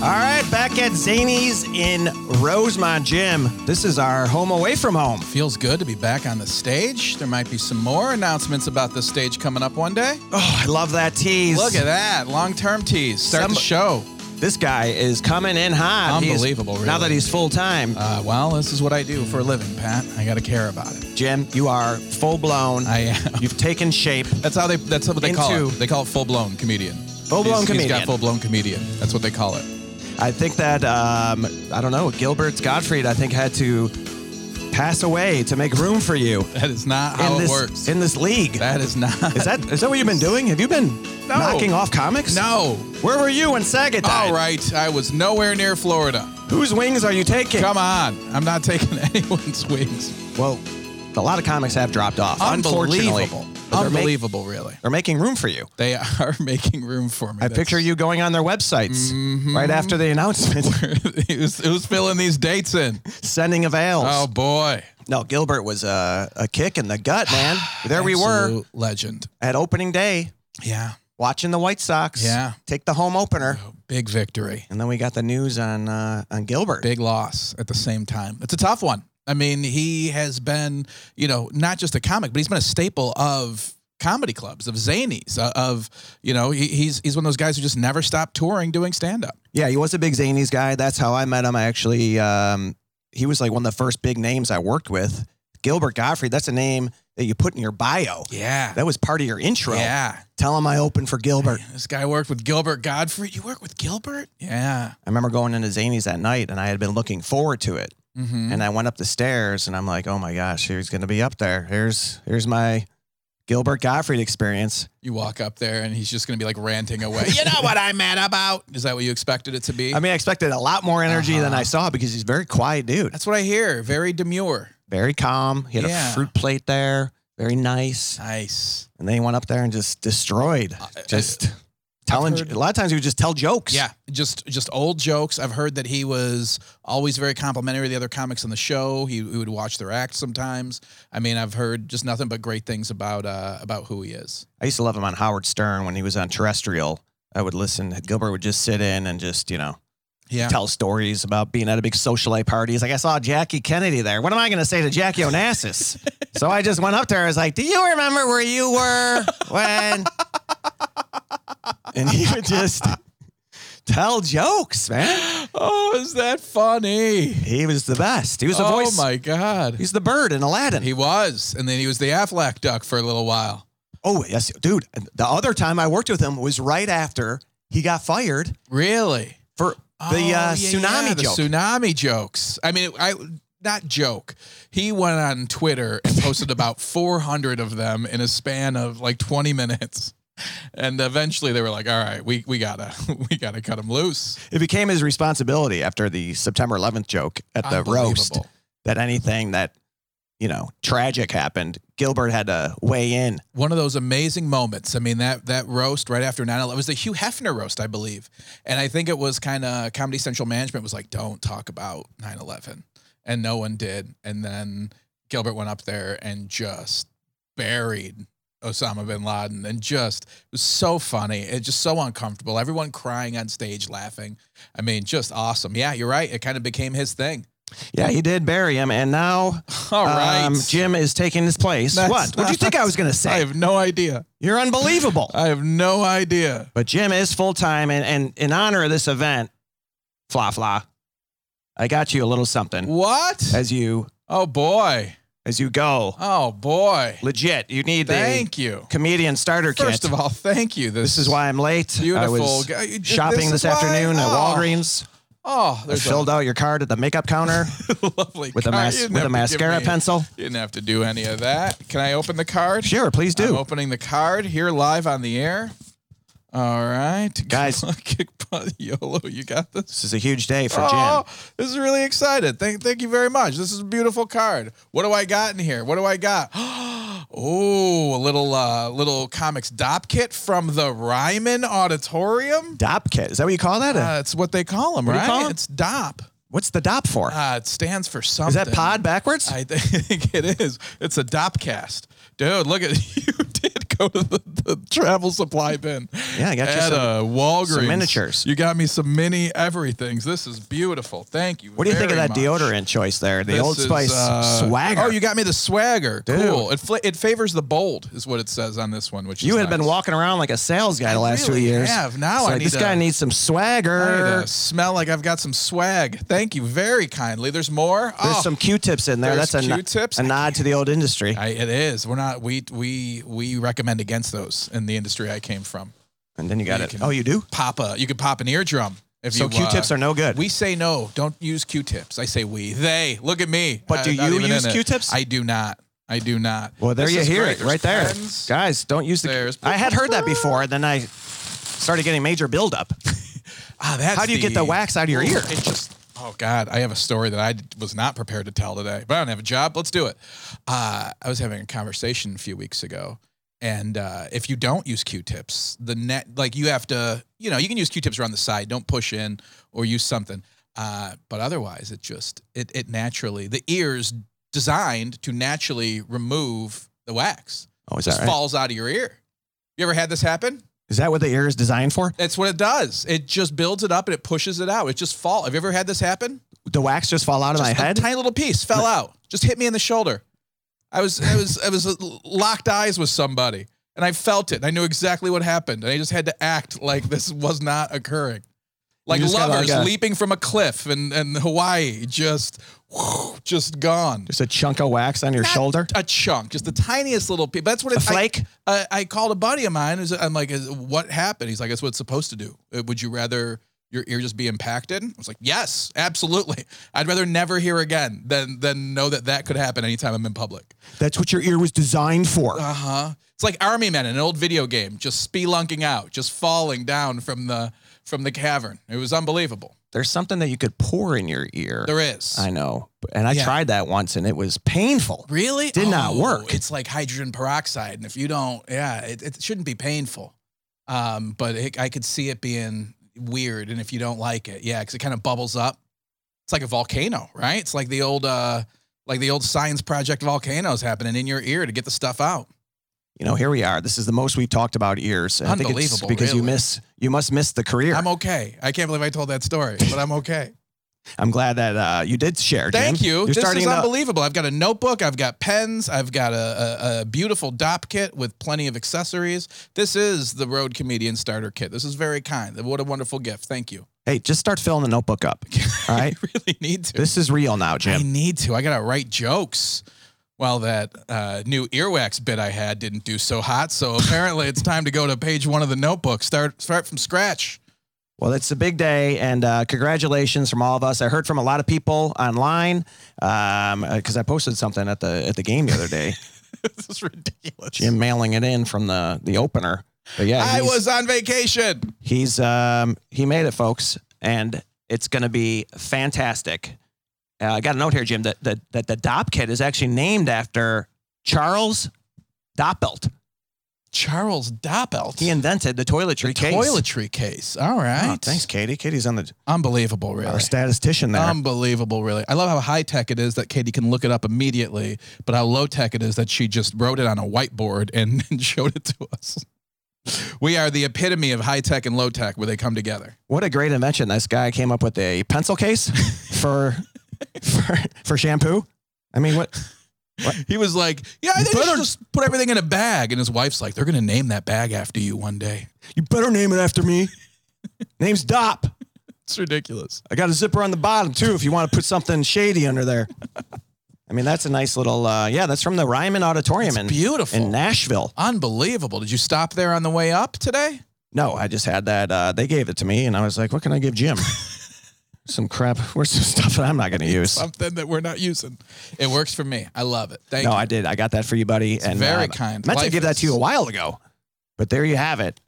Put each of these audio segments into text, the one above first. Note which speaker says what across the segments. Speaker 1: right, back at Zany's in Rosemont Gym. This is our home away from home.
Speaker 2: Feels good to be back on the stage. There might be some more announcements about this stage coming up one day.
Speaker 1: Oh, I love that tease.
Speaker 2: Look at that. Long term tease. Start
Speaker 1: Some-
Speaker 2: the show.
Speaker 1: This guy is coming in hot. He's-
Speaker 2: Unbelievable, really.
Speaker 1: Now that he's full time,
Speaker 2: Uh, well, this is what I do for a living, Pat. I got to care about it.
Speaker 1: Jim, you are full blown.
Speaker 2: I am.
Speaker 1: You've taken shape.
Speaker 2: That's how they. That's what they call it.
Speaker 1: Into-
Speaker 2: They call it full blown comedian.
Speaker 1: Full-blown
Speaker 2: He's- He's
Speaker 1: comedian.
Speaker 2: got full blown comedian. That's what they call it.
Speaker 1: I think that um, I don't know. Gilbert's Gottfried, I think, had to pass away to make room for you
Speaker 2: That is not
Speaker 1: in
Speaker 2: how
Speaker 1: this
Speaker 2: it works.
Speaker 1: in this league.
Speaker 2: that is not.
Speaker 1: Is that is that what you've been doing? Have you been
Speaker 2: No.
Speaker 1: knocking off comics?
Speaker 2: no.
Speaker 1: Where were you when Saget died?
Speaker 2: All right. I was nowhere near Florida.
Speaker 1: Whose wings are you taking?
Speaker 2: Come on. I'm not taking anyone's wings.
Speaker 1: Well, a lot of comics have dropped off. Unfortunately,
Speaker 2: Unbelievable.
Speaker 1: But they're make-
Speaker 2: Unbelievable, really.
Speaker 1: They're making room for you.
Speaker 2: They are making room for me.
Speaker 1: I picture you going on their websites
Speaker 2: Mm-hmm.
Speaker 1: right after the announcement,
Speaker 2: who's, who's filling these dates in?
Speaker 1: sending avails.
Speaker 2: Oh boy.
Speaker 1: No, Gilbert was a, a kick in the gut, man. There we were
Speaker 2: Absolute Legend.
Speaker 1: at opening day,
Speaker 2: Yeah.
Speaker 1: watching the White Sox
Speaker 2: Yeah.
Speaker 1: take the home opener.
Speaker 2: Big victory.
Speaker 1: And then we got the news on uh, on Gilbert.
Speaker 2: Big loss at the same time. It's a tough one. I mean, he has been, you know, not just a comic, but he's been a staple of comedy clubs, of zanies, uh, of, you know, he, he's he's one of those guys who just never stopped touring doing stand up.
Speaker 1: Yeah, he was a big Zanies guy. That's how I met him. I actually, um, he was like one of the first big names I worked with. Gilbert Gottfried, that's a name that you put in your bio.
Speaker 2: Yeah.
Speaker 1: That was part of your intro.
Speaker 2: yeah.
Speaker 1: Tell him I opened for Gilbert.
Speaker 2: This guy worked with Gilbert Godfrey. You work with Gilbert? Yeah.
Speaker 1: I remember going into Zanies that night and I had been looking forward to it.
Speaker 2: Mm-hmm.
Speaker 1: And I went up the stairs and I'm like, oh my gosh, here's going to be up there. Here's here's my Gilbert Gottfried experience.
Speaker 2: You walk up there and he's just going to be like ranting away. you know what I'm mad about? Is that what you expected it to be?
Speaker 1: I mean, I expected a lot more energy than
Speaker 2: Uh-huh.
Speaker 1: I saw because he's a very quiet dude,
Speaker 2: That's what I hear. Very demure.
Speaker 1: very calm. He had
Speaker 2: Yeah.
Speaker 1: a fruit plate there, very nice.
Speaker 2: Nice.
Speaker 1: And then he went up there and just destroyed.
Speaker 2: I-
Speaker 1: Just telling
Speaker 2: Uh, heard-
Speaker 1: a lot of times he would just tell jokes.
Speaker 2: uh, Yeah, just just old jokes. I've heard that he was always very complimentary of the other comics on the show. He, he would watch their act sometimes. I mean, I've heard just nothing but great things about uh, about who he is.
Speaker 1: I used to love him on Howard Stern when he was on Terrestrial. I would listen. Gilbert would just sit in and just, you know,
Speaker 2: Yeah.
Speaker 1: tell stories about being at a big socialite party. He's like, I saw Jackie Kennedy there. What am I going to say to Jackie Onassis? so I just went up to her. I was like, Do you remember where you were when? and he would just tell jokes, man.
Speaker 2: Oh, is that funny?
Speaker 1: He was the best. He was the
Speaker 2: oh
Speaker 1: voice.
Speaker 2: my god.
Speaker 1: He's the bird in Aladdin.
Speaker 2: He was, and then he was the Affleck duck for a little while.
Speaker 1: oh, yes. Dude, the other time I worked with him was right after he got fired
Speaker 2: Really?
Speaker 1: for the uh, tsunami
Speaker 2: Oh, the
Speaker 1: joke.
Speaker 2: tsunami jokes. I mean, I not joke. He went on Twitter and posted about 400 of them in a span of like 20 minutes. And eventually they were like, "All right, we we got to we got to cut him loose."
Speaker 1: It became his responsibility after the September 11th joke at the roast
Speaker 2: Unbelievable.
Speaker 1: that anything that, you know, tragic happened, Gilbert had to weigh in.
Speaker 2: One of those amazing moments. I mean, that that roast right after 9/11 it was the Hugh Hefner roast, I believe. And I think it was kind of Comedy Central management was like, "Don't talk about 9/11." And no one did. And then Gilbert went up there and just buried Osama bin Laden and just it was so funny. It just so uncomfortable. Everyone crying on stage laughing. I mean, just awesome. Yeah, you're right. It kind of became his thing.
Speaker 1: Yeah, he did bury him. And now
Speaker 2: All right.
Speaker 1: um, Jim is taking his place.
Speaker 2: That's
Speaker 1: what? What do you think I was going to
Speaker 2: I
Speaker 1: say?
Speaker 2: have no idea.
Speaker 1: You're unbelievable.
Speaker 2: I have no idea.
Speaker 1: But Jim is full time. And, and in honor of this event, Fla Fla, I got you a little something
Speaker 2: What?
Speaker 1: as you
Speaker 2: Oh boy.
Speaker 1: as you go.
Speaker 2: Oh boy.
Speaker 1: Legit, you need the
Speaker 2: Thank you.
Speaker 1: comedian starter kit.
Speaker 2: First of all, thank you. This,
Speaker 1: This is why I'm late. I
Speaker 2: beautiful.
Speaker 1: was
Speaker 2: guy- This
Speaker 1: shopping this,
Speaker 2: is why-
Speaker 1: afternoon at
Speaker 2: oh.
Speaker 1: Walgreens.
Speaker 2: Oh,
Speaker 1: I
Speaker 2: there's
Speaker 1: filled out your card at the makeup counter
Speaker 2: a lovely
Speaker 1: with a
Speaker 2: card. You
Speaker 1: mas-
Speaker 2: didn't
Speaker 1: with a
Speaker 2: have to give
Speaker 1: mascara
Speaker 2: me-
Speaker 1: pencil.
Speaker 2: You didn't have to do any of that. Can I open the card?
Speaker 1: Sure, please
Speaker 2: I'm
Speaker 1: do.
Speaker 2: opening the card here live on the air. All right,
Speaker 1: Guys.
Speaker 2: Kick butt, YOLO. You got this.
Speaker 1: This is a huge day for
Speaker 2: Oh,
Speaker 1: Jim.
Speaker 2: this is really excited. Thank, thank you very much. This is a beautiful card. What do I got in here? What do I got? Oh, a little uh, little comics dop kit from the Ryman Auditorium.
Speaker 1: Dop kit. Is that what you call that?
Speaker 2: That's what they call them,
Speaker 1: do you
Speaker 2: right?
Speaker 1: call 'em?
Speaker 2: It's dop.
Speaker 1: What's the dop for?
Speaker 2: Uh, it stands for something.
Speaker 1: is that pod backwards?
Speaker 2: I think it is. It's a dopcast, dude. Look at you did go to the, the travel supply bin
Speaker 1: Yeah, I got you
Speaker 2: at
Speaker 1: some-
Speaker 2: uh, Walgreens.
Speaker 1: some miniatures.
Speaker 2: You got me some mini everythings. This is beautiful. Thank you.
Speaker 1: What do you think of
Speaker 2: very
Speaker 1: that
Speaker 2: much.
Speaker 1: deodorant choice there? The
Speaker 2: This
Speaker 1: Old
Speaker 2: is,
Speaker 1: Spice
Speaker 2: uh,
Speaker 1: Swagger.
Speaker 2: Oh,
Speaker 1: you
Speaker 2: you got me the swagger.
Speaker 1: Dude.
Speaker 2: Cool. It fl- it favors the bold, is what it says on this one. Which is
Speaker 1: had been
Speaker 2: nice.
Speaker 1: walking around like a sales guy the
Speaker 2: I
Speaker 1: last
Speaker 2: really
Speaker 1: two years.
Speaker 2: have.
Speaker 1: It's
Speaker 2: Now I
Speaker 1: like,
Speaker 2: need
Speaker 1: this
Speaker 2: to-
Speaker 1: guy needs some swagger.
Speaker 2: Hey, to smell like I've got some swag. Thank you very kindly. There's more.
Speaker 1: There's
Speaker 2: Oh,
Speaker 1: some Q-tips in there.
Speaker 2: There's
Speaker 1: That's a, no-
Speaker 2: Q-tips?
Speaker 1: a nod to the old industry.
Speaker 2: I, it is. We're not. We we we recommend against those in the industry I came from.
Speaker 1: And then you got
Speaker 2: You
Speaker 1: it.
Speaker 2: can-
Speaker 1: oh, you do?
Speaker 2: Pop a. You could pop an eardrum. If
Speaker 1: So
Speaker 2: you, uh,
Speaker 1: Q-tips are no good.
Speaker 2: We say no. Don't use Q-tips. I say we. They. Look at me.
Speaker 1: But
Speaker 2: I-
Speaker 1: do
Speaker 2: not
Speaker 1: you
Speaker 2: even in
Speaker 1: use
Speaker 2: it.
Speaker 1: Q-tips?
Speaker 2: I do not. I do not.
Speaker 1: well, there
Speaker 2: This
Speaker 1: you
Speaker 2: is
Speaker 1: hear
Speaker 2: great.
Speaker 1: it right there.
Speaker 2: There's pens.
Speaker 1: Guys, don't use the.
Speaker 2: There's-
Speaker 1: I had heard that before, and then I started getting major buildup.
Speaker 2: Ah, that's
Speaker 1: How do you get the wax out of your ear?
Speaker 2: It just. Oh God, I have a story that I d- was not prepared to tell today, but I don't have a job. Let's do it. Uh, I was having a conversation a few weeks ago, and uh, if you don't use Q-tips, the net like you have to, you know, you can use Q-tips around the side. Don't push in or use something. Uh, but otherwise, it just it it naturally the ears designed to naturally remove the wax.
Speaker 1: Oh, is
Speaker 2: Just
Speaker 1: that right?
Speaker 2: falls out of your ear. You ever had this happen?
Speaker 1: Is that what the ear is designed for?
Speaker 2: That's what it does. It just builds it up and it pushes it out. It just fall. Have you ever had this happen?
Speaker 1: The wax just fall out of
Speaker 2: Just
Speaker 1: my
Speaker 2: a
Speaker 1: head?
Speaker 2: tiny little piece fell out. Just hit me in the shoulder. I was I was I was locked eyes with somebody and I felt it. I knew exactly what happened and I just had to act like this was not occurring. Like
Speaker 1: just got
Speaker 2: lovers
Speaker 1: like a-
Speaker 2: leaping from a cliff in, in Hawaii, just whew, just gone.
Speaker 1: Just a chunk of wax on your
Speaker 2: Not
Speaker 1: shoulder?
Speaker 2: a chunk, just the tiniest little piece. That's what
Speaker 1: A
Speaker 2: it's like.
Speaker 1: flake?
Speaker 2: I, I called a buddy of mine. who's- I'm like, "Is- what happened? He's like, that's what it's supposed to do. Uh, Would you rather your ear just be impacted? I was like, yes, absolutely. I'd rather never hear again than than know that that could happen anytime I'm in public.
Speaker 1: That's what your ear was designed for.
Speaker 2: Uh huh. It's like army men in an old video game, just spelunking out, just falling down from the from the cavern. It was unbelievable.
Speaker 1: There's something that you could pour in your ear.
Speaker 2: There is.
Speaker 1: I know. And I
Speaker 2: Yeah.
Speaker 1: tried that once and it was painful.
Speaker 2: Really? Oh,
Speaker 1: Did not work.
Speaker 2: It's like hydrogen peroxide, and if you don't, yeah, it, it shouldn't be painful. Um, but it, I could see it being weird, and if you don't like it, yeah, because it kind of bubbles up. It's like a volcano, right? It's like the old, uh, like the old science project volcanoes happening in your ear to get the stuff out.
Speaker 1: You know, here we are. This is the most we've talked about ears. And I think it's
Speaker 2: Unbelievable,
Speaker 1: because you
Speaker 2: really.
Speaker 1: miss you must miss the career.
Speaker 2: I'm okay. I can't believe I told that story, but I'm okay.
Speaker 1: I'm glad that uh, you did share.
Speaker 2: Thank
Speaker 1: Jim.
Speaker 2: you.
Speaker 1: You're
Speaker 2: this
Speaker 1: starting
Speaker 2: is
Speaker 1: to-
Speaker 2: unbelievable. I've got a notebook. I've got pens. I've got a, a, a beautiful DOP kit with plenty of accessories. This is the Road Comedian Starter Kit. This is very kind. What a wonderful gift. Thank you.
Speaker 1: Hey, just start filling the notebook up. All right.
Speaker 2: I really need to.
Speaker 1: this is real now,
Speaker 2: I
Speaker 1: Jim.
Speaker 2: need to. I got to write jokes. Well, that uh, new earwax bit I had didn't do so hot. So apparently it's time to go to page one of the notebook. Start start from scratch.
Speaker 1: Well, it's a big day, and uh, congratulations from all of us. I heard from a lot of people online because I posted something at the at the game the other day.
Speaker 2: this is ridiculous.
Speaker 1: Jim mailing it in from the the opener. But yeah,
Speaker 2: I
Speaker 1: he's-
Speaker 2: was on vacation.
Speaker 1: He's um he made it, folks, and it's gonna be fantastic. Uh, I got a note here, Jim, that that that the Dop kit is actually named after Charles Doppelt.
Speaker 2: Charles Doppelt.
Speaker 1: He invented the toiletry case.
Speaker 2: Toiletry case. All right.
Speaker 1: Oh, thanks, Katie. Katie's on the
Speaker 2: Unbelievable, really.
Speaker 1: our statistician there.
Speaker 2: Unbelievable, really. I love how high tech it is that Katie can look it up immediately, but how low tech it is that she just wrote it on a whiteboard and, and showed it to us. We are the epitome of high tech and low tech where they come together.
Speaker 1: what a great invention! This guy came up with a pencil case for for for shampoo. I mean, what?
Speaker 2: He was like, Yeah, I think
Speaker 1: Better-
Speaker 2: you should just put everything in a bag. And his wife's like, They're going to name that bag after you one day.
Speaker 1: You better name it after me. Name's Dop.
Speaker 2: It's ridiculous.
Speaker 1: I got a zipper on the bottom too if you want to put something shady under there. I mean, that's a nice little, uh, yeah, that's from the Ryman Auditorium in,
Speaker 2: Beautiful.
Speaker 1: in Nashville.
Speaker 2: Unbelievable. Did you stop there on the way up today?
Speaker 1: No, I just had that. Uh, they gave it to me and I was like, what can I give Jim? some crap. Where's some stuff that I'm not going to use?
Speaker 2: Something that we're not using. It works for me. I love it. Thank
Speaker 1: No,
Speaker 2: you.
Speaker 1: I did. I got that for you, buddy. and
Speaker 2: very
Speaker 1: um,
Speaker 2: kind.
Speaker 1: meant to
Speaker 2: Life
Speaker 1: give that to you
Speaker 2: is-
Speaker 1: a while ago, but there you have it.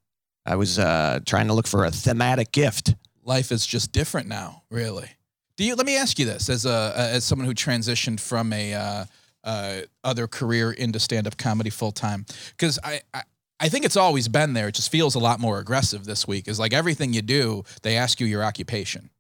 Speaker 1: I was uh, trying to look for a thematic gift.
Speaker 2: life is just different now, really. Do you? Let me ask you this: as a as someone who transitioned from a uh, uh, other career into stand up comedy full time, because I. I I think it's always been there. It just feels a lot more aggressive this week. Is like everything you do, they ask you your occupation,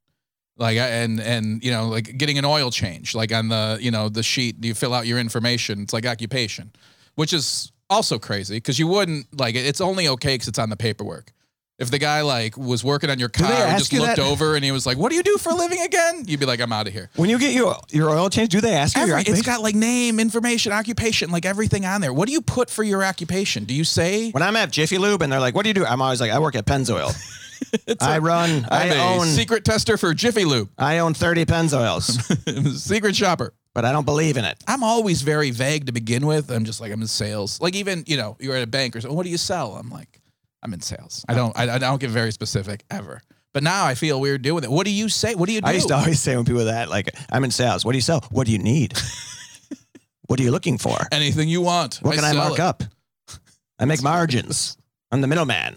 Speaker 2: like I- and and you know like getting an oil change, like on the you know the sheet you fill out your information. It's like occupation, which is also crazy because you wouldn't like it- it's only okay because it's on the paperwork. If the guy like was working on your
Speaker 1: they
Speaker 2: car and
Speaker 1: ask
Speaker 2: just
Speaker 1: you
Speaker 2: looked
Speaker 1: that?
Speaker 2: over and he was like, "What do you do for a living again?" You'd be like, "I'm out of here."
Speaker 1: When you get your your oil change, do they ask you?
Speaker 2: Every,
Speaker 1: your
Speaker 2: it's got like name, information, occupation, like everything on there. What do you put for your occupation? Do you say
Speaker 1: when I'm at Jiffy Lube and they're like, "What do you do?" I'm always like, "I work at Pennzoil.
Speaker 2: It's
Speaker 1: I
Speaker 2: a-
Speaker 1: run. I
Speaker 2: I'm a
Speaker 1: own.
Speaker 2: secret tester for Jiffy Lube,
Speaker 1: I own 30 Pennzoils,
Speaker 2: secret shopper.
Speaker 1: but I don't believe in it."
Speaker 2: I'm always very vague to begin with. I'm just like I'm in sales. Like even you know you're at a bank or something. What do you sell? I'm like I'm in sales. I don't I, I don't get very specific ever. But now I feel weird doing it. What do you say? What do you do?
Speaker 1: I used to always say when people that like, "I'm in sales. What do you sell? What do you need? what are you looking for?
Speaker 2: anything you want.
Speaker 1: What can I,
Speaker 2: sell
Speaker 1: mark
Speaker 2: it.
Speaker 1: up? I make margins. I'm the middleman."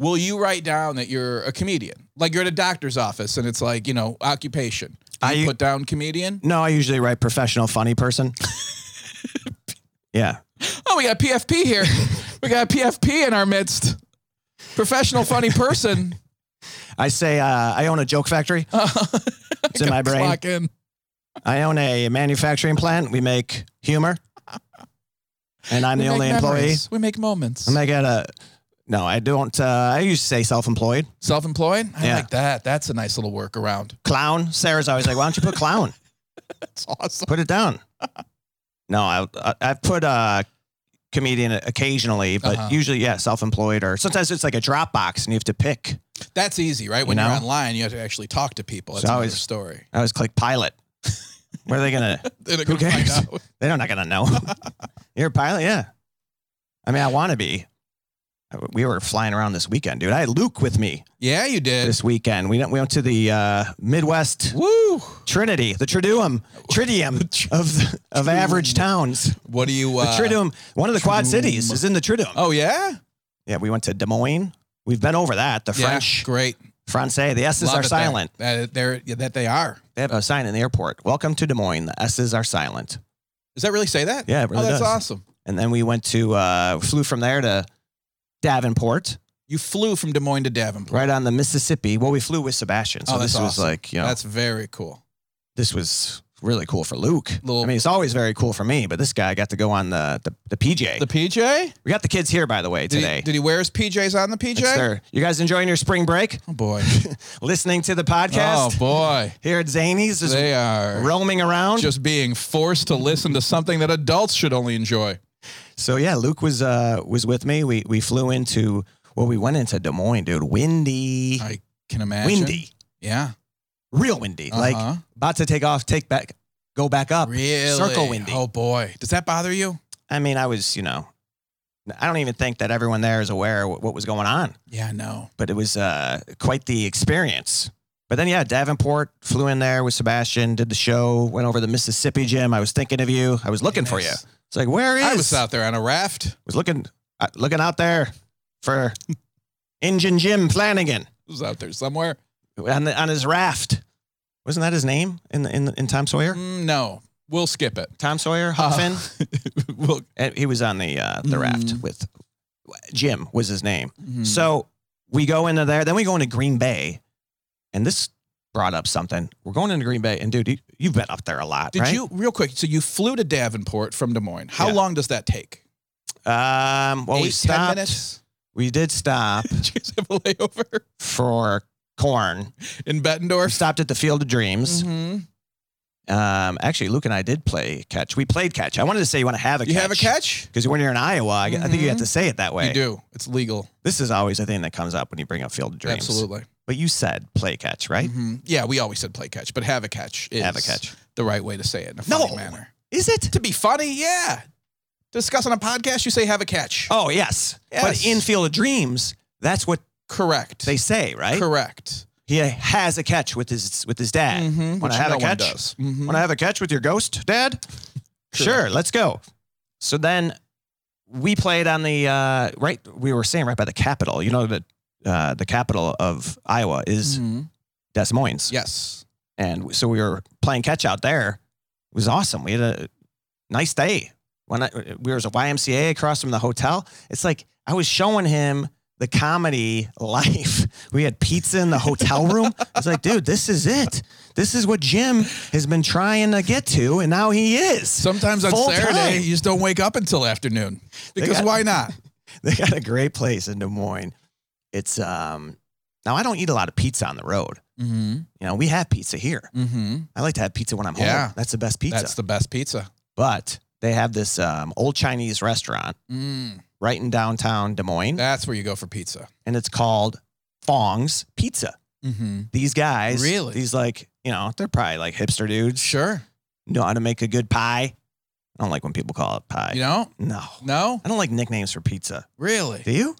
Speaker 2: Will you write down that you're a comedian? Like you're at a doctor's office and it's like you know occupation. Do
Speaker 1: I
Speaker 2: you
Speaker 1: u-
Speaker 2: put down comedian.
Speaker 1: No, I usually write professional funny person. yeah.
Speaker 2: Oh, we got PFP here. we got PFP in our midst. Professional funny person.
Speaker 1: I say uh, I own a joke factory. It's in my brain.
Speaker 2: Clock in.
Speaker 1: I own a manufacturing plant. We make humor. And I'm
Speaker 2: We
Speaker 1: the
Speaker 2: make
Speaker 1: only employee.
Speaker 2: memories. We make moments.
Speaker 1: I make it a. No, I don't. Uh, I used to say self employed.
Speaker 2: Self employed? I
Speaker 1: Yeah.
Speaker 2: like that. That's a nice little workaround.
Speaker 1: Clown. Sarah's always like, why don't you put clown?
Speaker 2: That's awesome.
Speaker 1: Put it down. No, I, I, I put uh, comedian occasionally, but
Speaker 2: Uh-huh.
Speaker 1: usually, yeah, self employed or sometimes it's like a Dropbox and you have to pick.
Speaker 2: That's easy, right? When
Speaker 1: You
Speaker 2: you are
Speaker 1: know?
Speaker 2: online, you have to actually talk to people.
Speaker 1: It's
Speaker 2: That's another
Speaker 1: always-
Speaker 2: story.
Speaker 1: I always click pilot. Where are they going to?
Speaker 2: They're
Speaker 1: Who
Speaker 2: gonna find
Speaker 1: cares?
Speaker 2: out.
Speaker 1: They're not gonna know. You're a pilot, yeah. I mean, I want to be. We were flying around this weekend, dude. I had Luke with me
Speaker 2: Yeah, you did.
Speaker 1: this weekend. We went, we went to the uh, Midwest
Speaker 2: Woo!
Speaker 1: Trinity, the Triduum, Tridium of of average towns.
Speaker 2: What do you?
Speaker 1: The
Speaker 2: Uh,
Speaker 1: Triduum, one of the Quad
Speaker 2: Triduum.
Speaker 1: Cities, is in the Triduum.
Speaker 2: Oh yeah,
Speaker 1: Yeah, we went to Des Moines. We've been over that. The
Speaker 2: yeah,
Speaker 1: French,
Speaker 2: Great.
Speaker 1: Francais, the S's
Speaker 2: Love
Speaker 1: are
Speaker 2: it there.
Speaker 1: silent.
Speaker 2: That they're yeah, that they are.
Speaker 1: They have a sign in the airport. Welcome to Des Moines. The S's are silent.
Speaker 2: Does that really say that?
Speaker 1: Yeah, it really
Speaker 2: oh, that's
Speaker 1: does.
Speaker 2: awesome.
Speaker 1: And then we went to uh, flew from there to Davenport.
Speaker 2: You flew from Des Moines to Davenport.
Speaker 1: right on the Mississippi. Well, we flew with Sebastian, so
Speaker 2: Oh, that's
Speaker 1: this was
Speaker 2: awesome.
Speaker 1: like you know
Speaker 2: That's very cool.
Speaker 1: this was really cool for Luke.
Speaker 2: Little-
Speaker 1: I mean, it's always very cool for me, but this guy got to go on the the, the PJ.
Speaker 2: The PJ
Speaker 1: we got the kids here, by the way,
Speaker 2: Did
Speaker 1: today.
Speaker 2: He, did he wear his PJs on the PJ?
Speaker 1: It's their- you guys enjoying your spring break?
Speaker 2: Oh boy.
Speaker 1: Listening to the
Speaker 2: oh
Speaker 1: podcast
Speaker 2: boy.
Speaker 1: here at Zany's, just
Speaker 2: They are
Speaker 1: roaming around.
Speaker 2: just being forced to listen to something that adults should only enjoy.
Speaker 1: so yeah, Luke was uh was with me. We we flew into well, we went into Des Moines, dude. Windy,
Speaker 2: I can imagine.
Speaker 1: windy,
Speaker 2: Yeah.
Speaker 1: real windy. Like
Speaker 2: Uh-huh.
Speaker 1: about to take off, take back, go back up.
Speaker 2: really?
Speaker 1: circle windy.
Speaker 2: Oh boy. Does that bother you?
Speaker 1: I mean, I was, you know, I don't even think that everyone there is aware of what was going on,
Speaker 2: Yeah, no.
Speaker 1: but it was uh, quite the experience. But then, yeah, Davenport flew in there with Sebastian, did the show, went over the Mississippi Jim. I was thinking of you. I was looking for you.
Speaker 2: Goodness.
Speaker 1: It's like, where is?
Speaker 2: I was out there on a raft.
Speaker 1: was looking, uh, looking out there for Injun Jim Flanagan
Speaker 2: I was out there somewhere.
Speaker 1: on the, on his raft. Wasn't that his name in the, in, the, in Tom Sawyer?
Speaker 2: Mm, no. We'll skip it. Uh,
Speaker 1: Tom Sawyer, Huffin.
Speaker 2: we'll,
Speaker 1: And he was on the uh, the raft
Speaker 2: Mm.
Speaker 1: with Jim was his name.
Speaker 2: mm.
Speaker 1: So we go into there, then we go into Green Bay, and this brought up something. We're going into Green Bay, and dude, you, you've been up there a lot,
Speaker 2: Did
Speaker 1: right?
Speaker 2: you real quick? So you flew to Davenport from Des Moines. How
Speaker 1: Yeah.
Speaker 2: long does that take?
Speaker 1: Um, well, we
Speaker 2: Eight, ten
Speaker 1: stopped.
Speaker 2: minutes.
Speaker 1: We did stop
Speaker 2: Did you guys have a layover
Speaker 1: for corn.
Speaker 2: in
Speaker 1: We
Speaker 2: Bettendorf?
Speaker 1: stopped at the Field of Dreams.
Speaker 2: Mm-hmm.
Speaker 1: Um, actually, Luke and I did play catch. We played catch. I wanted to say you want to have a
Speaker 2: You
Speaker 1: catch.
Speaker 2: have a catch. Mm-hmm.
Speaker 1: Because when you're in Iowa, I, I think you have to say it that way.
Speaker 2: You do. It's legal.
Speaker 1: This is always a thing that comes up when you bring up Field of Dreams.
Speaker 2: Absolutely.
Speaker 1: But you said play catch, right?
Speaker 2: Mhm. Yeah, we always said play catch, but have a catch is
Speaker 1: Have a catch.
Speaker 2: the right way to say it in a funny
Speaker 1: No.
Speaker 2: manner.
Speaker 1: Is it?
Speaker 2: Mm-hmm. To be funny, yeah. Discuss on a podcast, you say have a catch.
Speaker 1: Oh, yes.
Speaker 2: Yes.
Speaker 1: But in Field of Dreams, that's what
Speaker 2: Correct.
Speaker 1: they say, right?
Speaker 2: Correct.
Speaker 1: He has a catch with his with his dad.
Speaker 2: Mhm,
Speaker 1: Wanna
Speaker 2: which
Speaker 1: have
Speaker 2: no
Speaker 1: a
Speaker 2: one
Speaker 1: catch?
Speaker 2: does. Mhm.
Speaker 1: Want to Mm-hmm. have a catch with your ghost, Dad? Sure, let's go. So then we played on the uh, right. We were saying right by the Capitol. You know that uh, the capital of Iowa is
Speaker 2: Mhm.
Speaker 1: Des Moines,
Speaker 2: Yes.
Speaker 1: and so we were playing catch out there. It was awesome. We had a nice day. When I, we were at a YMCA across from the hotel, it's like I was showing him the comedy life. We had pizza in the hotel room. It's like, dude, this is it. This is what Jim has been trying to get to, and now he is.
Speaker 2: Sometimes on
Speaker 1: Full
Speaker 2: Saturday,
Speaker 1: time.
Speaker 2: you just don't wake up until afternoon because
Speaker 1: got-
Speaker 2: why not?
Speaker 1: they got a great place in Des Moines. It's um now I don't eat a lot of pizza on the road.
Speaker 2: Mm-hmm.
Speaker 1: You know, we have pizza here.
Speaker 2: Mm-hmm.
Speaker 1: I like to have pizza when I'm
Speaker 2: Yeah.
Speaker 1: home. That's the best pizza.
Speaker 2: That's the best pizza.
Speaker 1: but they have this um, old Chinese restaurant
Speaker 2: Mm.
Speaker 1: right in downtown Des Moines,
Speaker 2: That's where you go for pizza.
Speaker 1: and it's called Fong's Pizza.
Speaker 2: Mm-hmm.
Speaker 1: These guys,
Speaker 2: Really?
Speaker 1: these like you know, they're probably like hipster dudes.
Speaker 2: Sure.
Speaker 1: Know how to make a good pie. I don't like when people call it pie.
Speaker 2: You know?
Speaker 1: no,
Speaker 2: No,
Speaker 1: I don't like nicknames for pizza.
Speaker 2: really.
Speaker 1: Do you?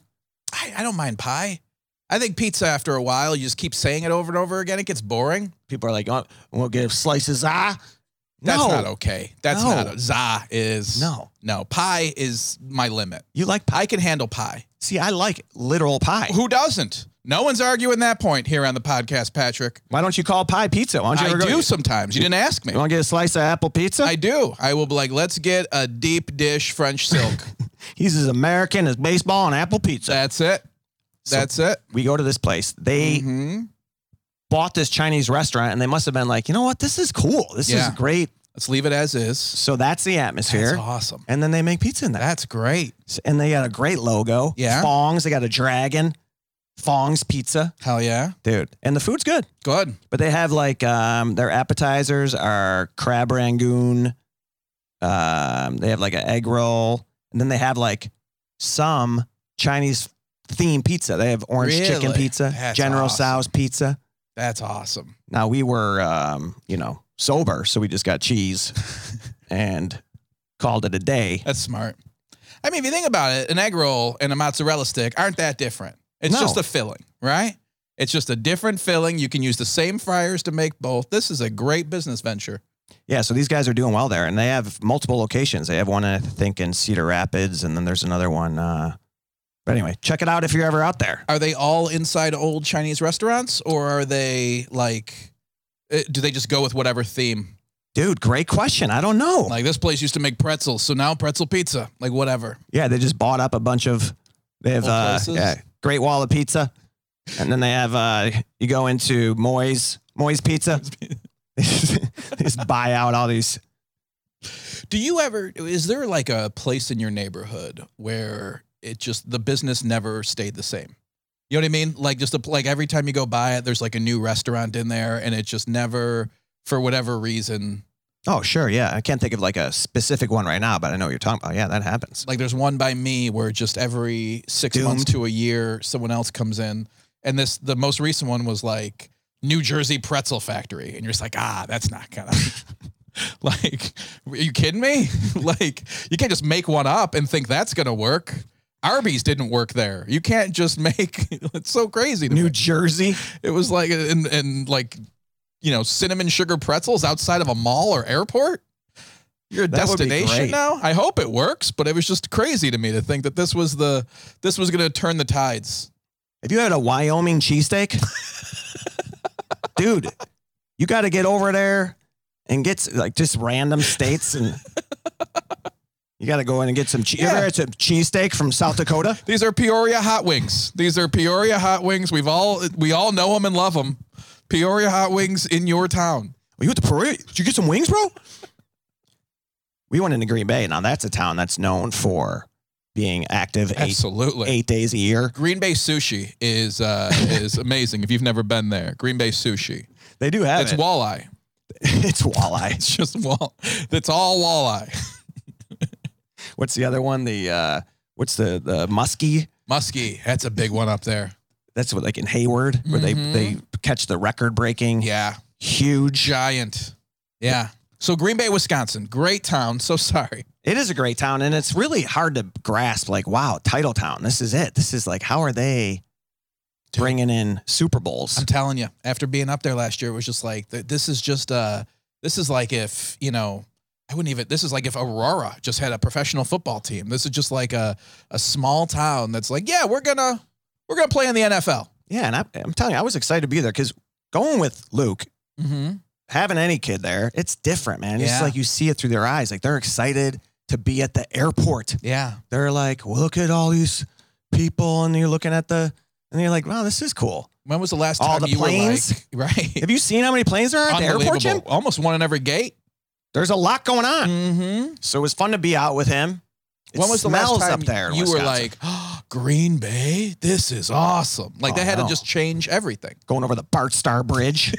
Speaker 2: I, I don't mind pie. I think pizza after a while, you just keep saying it over and over again. It gets boring.
Speaker 1: People are like, oh, we'll get slices. Ah,
Speaker 2: That's
Speaker 1: no,
Speaker 2: not okay. That's
Speaker 1: No.
Speaker 2: not a, za is
Speaker 1: no.
Speaker 2: no pie is my limit.
Speaker 1: You like pie?
Speaker 2: I can handle pie.
Speaker 1: See, I like literal pie.
Speaker 2: Who doesn't? No one's arguing that point here on the podcast, Patrick.
Speaker 1: Why don't you call pie pizza? Why don't you
Speaker 2: I
Speaker 1: ever go?
Speaker 2: do sometimes. You didn't ask me.
Speaker 1: You want to get a slice of apple pizza?
Speaker 2: I do. I will be like, let's get a deep dish French silk.
Speaker 1: He's as American as baseball and apple pizza.
Speaker 2: That's it.
Speaker 1: So-
Speaker 2: That's it.
Speaker 1: we go to this place. They
Speaker 2: Mm-hmm.
Speaker 1: bought this Chinese restaurant and they must have been like, you know what? This is cool. This
Speaker 2: Yeah.
Speaker 1: is great.
Speaker 2: Let's leave it as is.
Speaker 1: So that's the atmosphere.
Speaker 2: That's awesome.
Speaker 1: And then they make pizza in there.
Speaker 2: That's great.
Speaker 1: S- And they got a great logo.
Speaker 2: Yeah.
Speaker 1: Fong's. They got a dragon. Fong's pizza.
Speaker 2: Hell yeah.
Speaker 1: Dude. And the food's good.
Speaker 2: Good.
Speaker 1: But they have like um, their appetizers are crab rangoon. Um, they have like an egg roll, and then they have like some Chinese themed pizza. They have orange chicken
Speaker 2: Really?
Speaker 1: pizza,
Speaker 2: That's
Speaker 1: General
Speaker 2: awesome.
Speaker 1: Tso's pizza.
Speaker 2: That's awesome.
Speaker 1: Now we were, um, you know, sober, so we just got cheese and called it a day.
Speaker 2: That's smart. I mean, if you think about it, an egg roll and a mozzarella stick aren't that different. It's
Speaker 1: No.
Speaker 2: just a filling, right? It's just a different filling. You can use the same fryers to make both. This is a great business venture.
Speaker 1: Yeah, so these guys are doing well there, and they have multiple locations. They have one, I think, in Cedar Rapids, and then there's another one. Uh, but anyway, check it out if you're ever out there.
Speaker 2: Are they all inside old Chinese restaurants or are they like, eh, do they just go with whatever theme?
Speaker 1: Dude, great question. I don't know.
Speaker 2: Like this place used to make pretzels, so now pretzel pizza, like whatever.
Speaker 1: Yeah, they just bought up a bunch of they have
Speaker 2: Old
Speaker 1: uh,
Speaker 2: places?
Speaker 1: yeah, Great Wall of Pizza, and then they have uh, you go into Moy's Moy's Pizza. they just buy out all these.
Speaker 2: Do you ever, is there like a place in your neighborhood where it just, the business never stayed the same? You know what I mean? Like just a, like every time you go by it, there's like a new restaurant in there and it just never, for whatever reason,
Speaker 1: Oh sure, yeah. I can't think of like a specific one right now, but I know what you're talking about. Yeah, that happens.
Speaker 2: like there's one by me where just every six
Speaker 1: Doomed.
Speaker 2: months to a year, someone else comes in. And this, the most recent one was like New Jersey Pretzel Factory. And you're just like, ah, that's not gonna. like, are you kidding me? like, you can't just make one up and think that's gonna work. Arby's didn't work there. You can't just make. It's so crazy. To
Speaker 1: New
Speaker 2: me.
Speaker 1: Jersey.
Speaker 2: It was like and and like, you know, cinnamon sugar pretzels outside of a mall or airport. You're a
Speaker 1: That would be
Speaker 2: destination
Speaker 1: great.
Speaker 2: now. I hope it works, but it was just crazy to me to think that this was the this was going to turn the tides.
Speaker 1: Have you had a Wyoming cheesesteak? Dude, you got to get over there and get s- like just random states and you got to go in and get some cheese. You
Speaker 2: Yeah.
Speaker 1: ever had some cheesesteak from South Dakota?
Speaker 2: These are Peoria hot wings. These are Peoria hot wings. We've all we all know them and love them. Peoria hot wings in your town.
Speaker 1: Are you at the parade? Did you get some wings, bro? We went into Green Bay. Now that's a town that's known for being active eight,
Speaker 2: Absolutely.
Speaker 1: eight days a year.
Speaker 2: Green Bay sushi is uh, is amazing. If you've never been there, Green Bay sushi.
Speaker 1: They do have
Speaker 2: It's
Speaker 1: it.
Speaker 2: walleye.
Speaker 1: it's walleye.
Speaker 2: It's just wall. That's all walleye.
Speaker 1: What's the other one? The uh, what's the the muskie?
Speaker 2: Muskie, that's a big one up there.
Speaker 1: That's what like in Hayward where
Speaker 2: Mhm.
Speaker 1: they they catch the record breaking
Speaker 2: Yeah,
Speaker 1: huge.
Speaker 2: giant. Yeah. So Green Bay, Wisconsin, great town. So sorry.
Speaker 1: It is a great town, and it's really hard to grasp. Like, wow, title town. This is it. This is like, how are they
Speaker 2: Dude.
Speaker 1: bringing in Super Bowls?
Speaker 2: I'm telling you, after being up there last year, it was just like th- this is just uh this is like if you know I wouldn't even this is like if Aurora just had a professional football team. This is just like a a small town that's like yeah we're gonna we're gonna play in the NFL.
Speaker 1: Yeah, and I, I'm telling you, I was excited to be there because going with Luke,
Speaker 2: Mm-hmm.
Speaker 1: having any kid there, it's different, man. It's
Speaker 2: Yeah.
Speaker 1: like you see it through their eyes. Like they're excited to be at the airport.
Speaker 2: Yeah.
Speaker 1: They're like, well, look at all these people and you're looking at the and you're like, wow, this is cool.
Speaker 2: When was the last
Speaker 1: All
Speaker 2: time
Speaker 1: the
Speaker 2: you
Speaker 1: planes.
Speaker 2: were like, right?
Speaker 1: Have you seen how many planes there are at the airport, Jim?
Speaker 2: Unbelievable. Almost one in every gate.
Speaker 1: There's a lot going on.
Speaker 2: Mm-hmm.
Speaker 1: So it was fun to be out with him. It
Speaker 2: when was the
Speaker 1: smells
Speaker 2: last time
Speaker 1: up there in
Speaker 2: you were
Speaker 1: Wisconsin.
Speaker 2: like, oh, Green Bay? This is awesome. Like
Speaker 1: Oh,
Speaker 2: they had
Speaker 1: no.
Speaker 2: to just change everything.
Speaker 1: going over the Bart Star Bridge,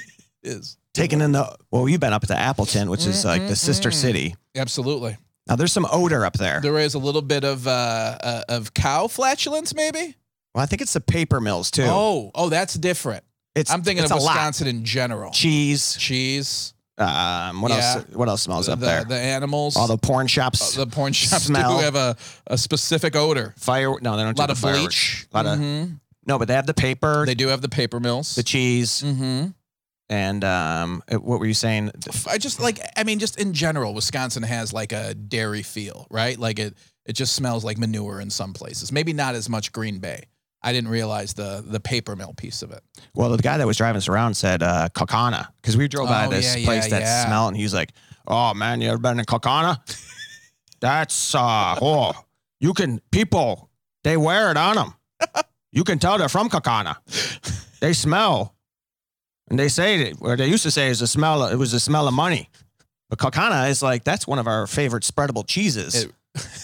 Speaker 2: Is
Speaker 1: taking in the well, you've been up to Appleton, which is like the sister
Speaker 2: Mm-mm-mm.
Speaker 1: city.
Speaker 2: absolutely
Speaker 1: Now there's some odor up there.
Speaker 2: Mm-hmm. there is a little bit of uh, uh of cow flatulence, maybe.
Speaker 1: Well, I think it's the paper mills too.
Speaker 2: Oh, oh, that's different.
Speaker 1: it's
Speaker 2: I'm thinking
Speaker 1: it's
Speaker 2: of
Speaker 1: a lot.
Speaker 2: Wisconsin in general.
Speaker 1: Cheese.
Speaker 2: Cheese,
Speaker 1: Um, what
Speaker 2: Yeah.
Speaker 1: else? What else smells
Speaker 2: the,
Speaker 1: up there?
Speaker 2: the animals,
Speaker 1: All the porn
Speaker 2: uh,
Speaker 1: shops.
Speaker 2: the porn shops
Speaker 1: smell.
Speaker 2: do have a, a specific odor.
Speaker 1: fire. No, they don't.
Speaker 2: A lot
Speaker 1: do the
Speaker 2: of
Speaker 1: fireworks.
Speaker 2: bleach.
Speaker 1: lot of-
Speaker 2: Mhm.
Speaker 1: No, but they have the paper,
Speaker 2: They do have the paper mills.
Speaker 1: the cheese,
Speaker 2: mm-hmm.
Speaker 1: and um, it- what were you saying?
Speaker 2: I just like I mean just in general Wisconsin has like a dairy feel, right? Like it it just smells like manure in some places. Maybe not as much Green Bay. I didn't realize the the paper mill piece of it.
Speaker 1: Well, the guy that was driving us around said uh, Kakana because we drove by
Speaker 2: Oh,
Speaker 1: this
Speaker 2: yeah,
Speaker 1: place
Speaker 2: yeah,
Speaker 1: that
Speaker 2: yeah.
Speaker 1: smelled, and he's like, "Oh man, you ever been in Kakana? That's uh, oh, you can people they wear it on them. You can tell they're from Kakana. They smell, and they say that- or they used to say is the smell. It was the smell of money." But Kakana is like that's one of our favorite spreadable cheeses.
Speaker 2: It-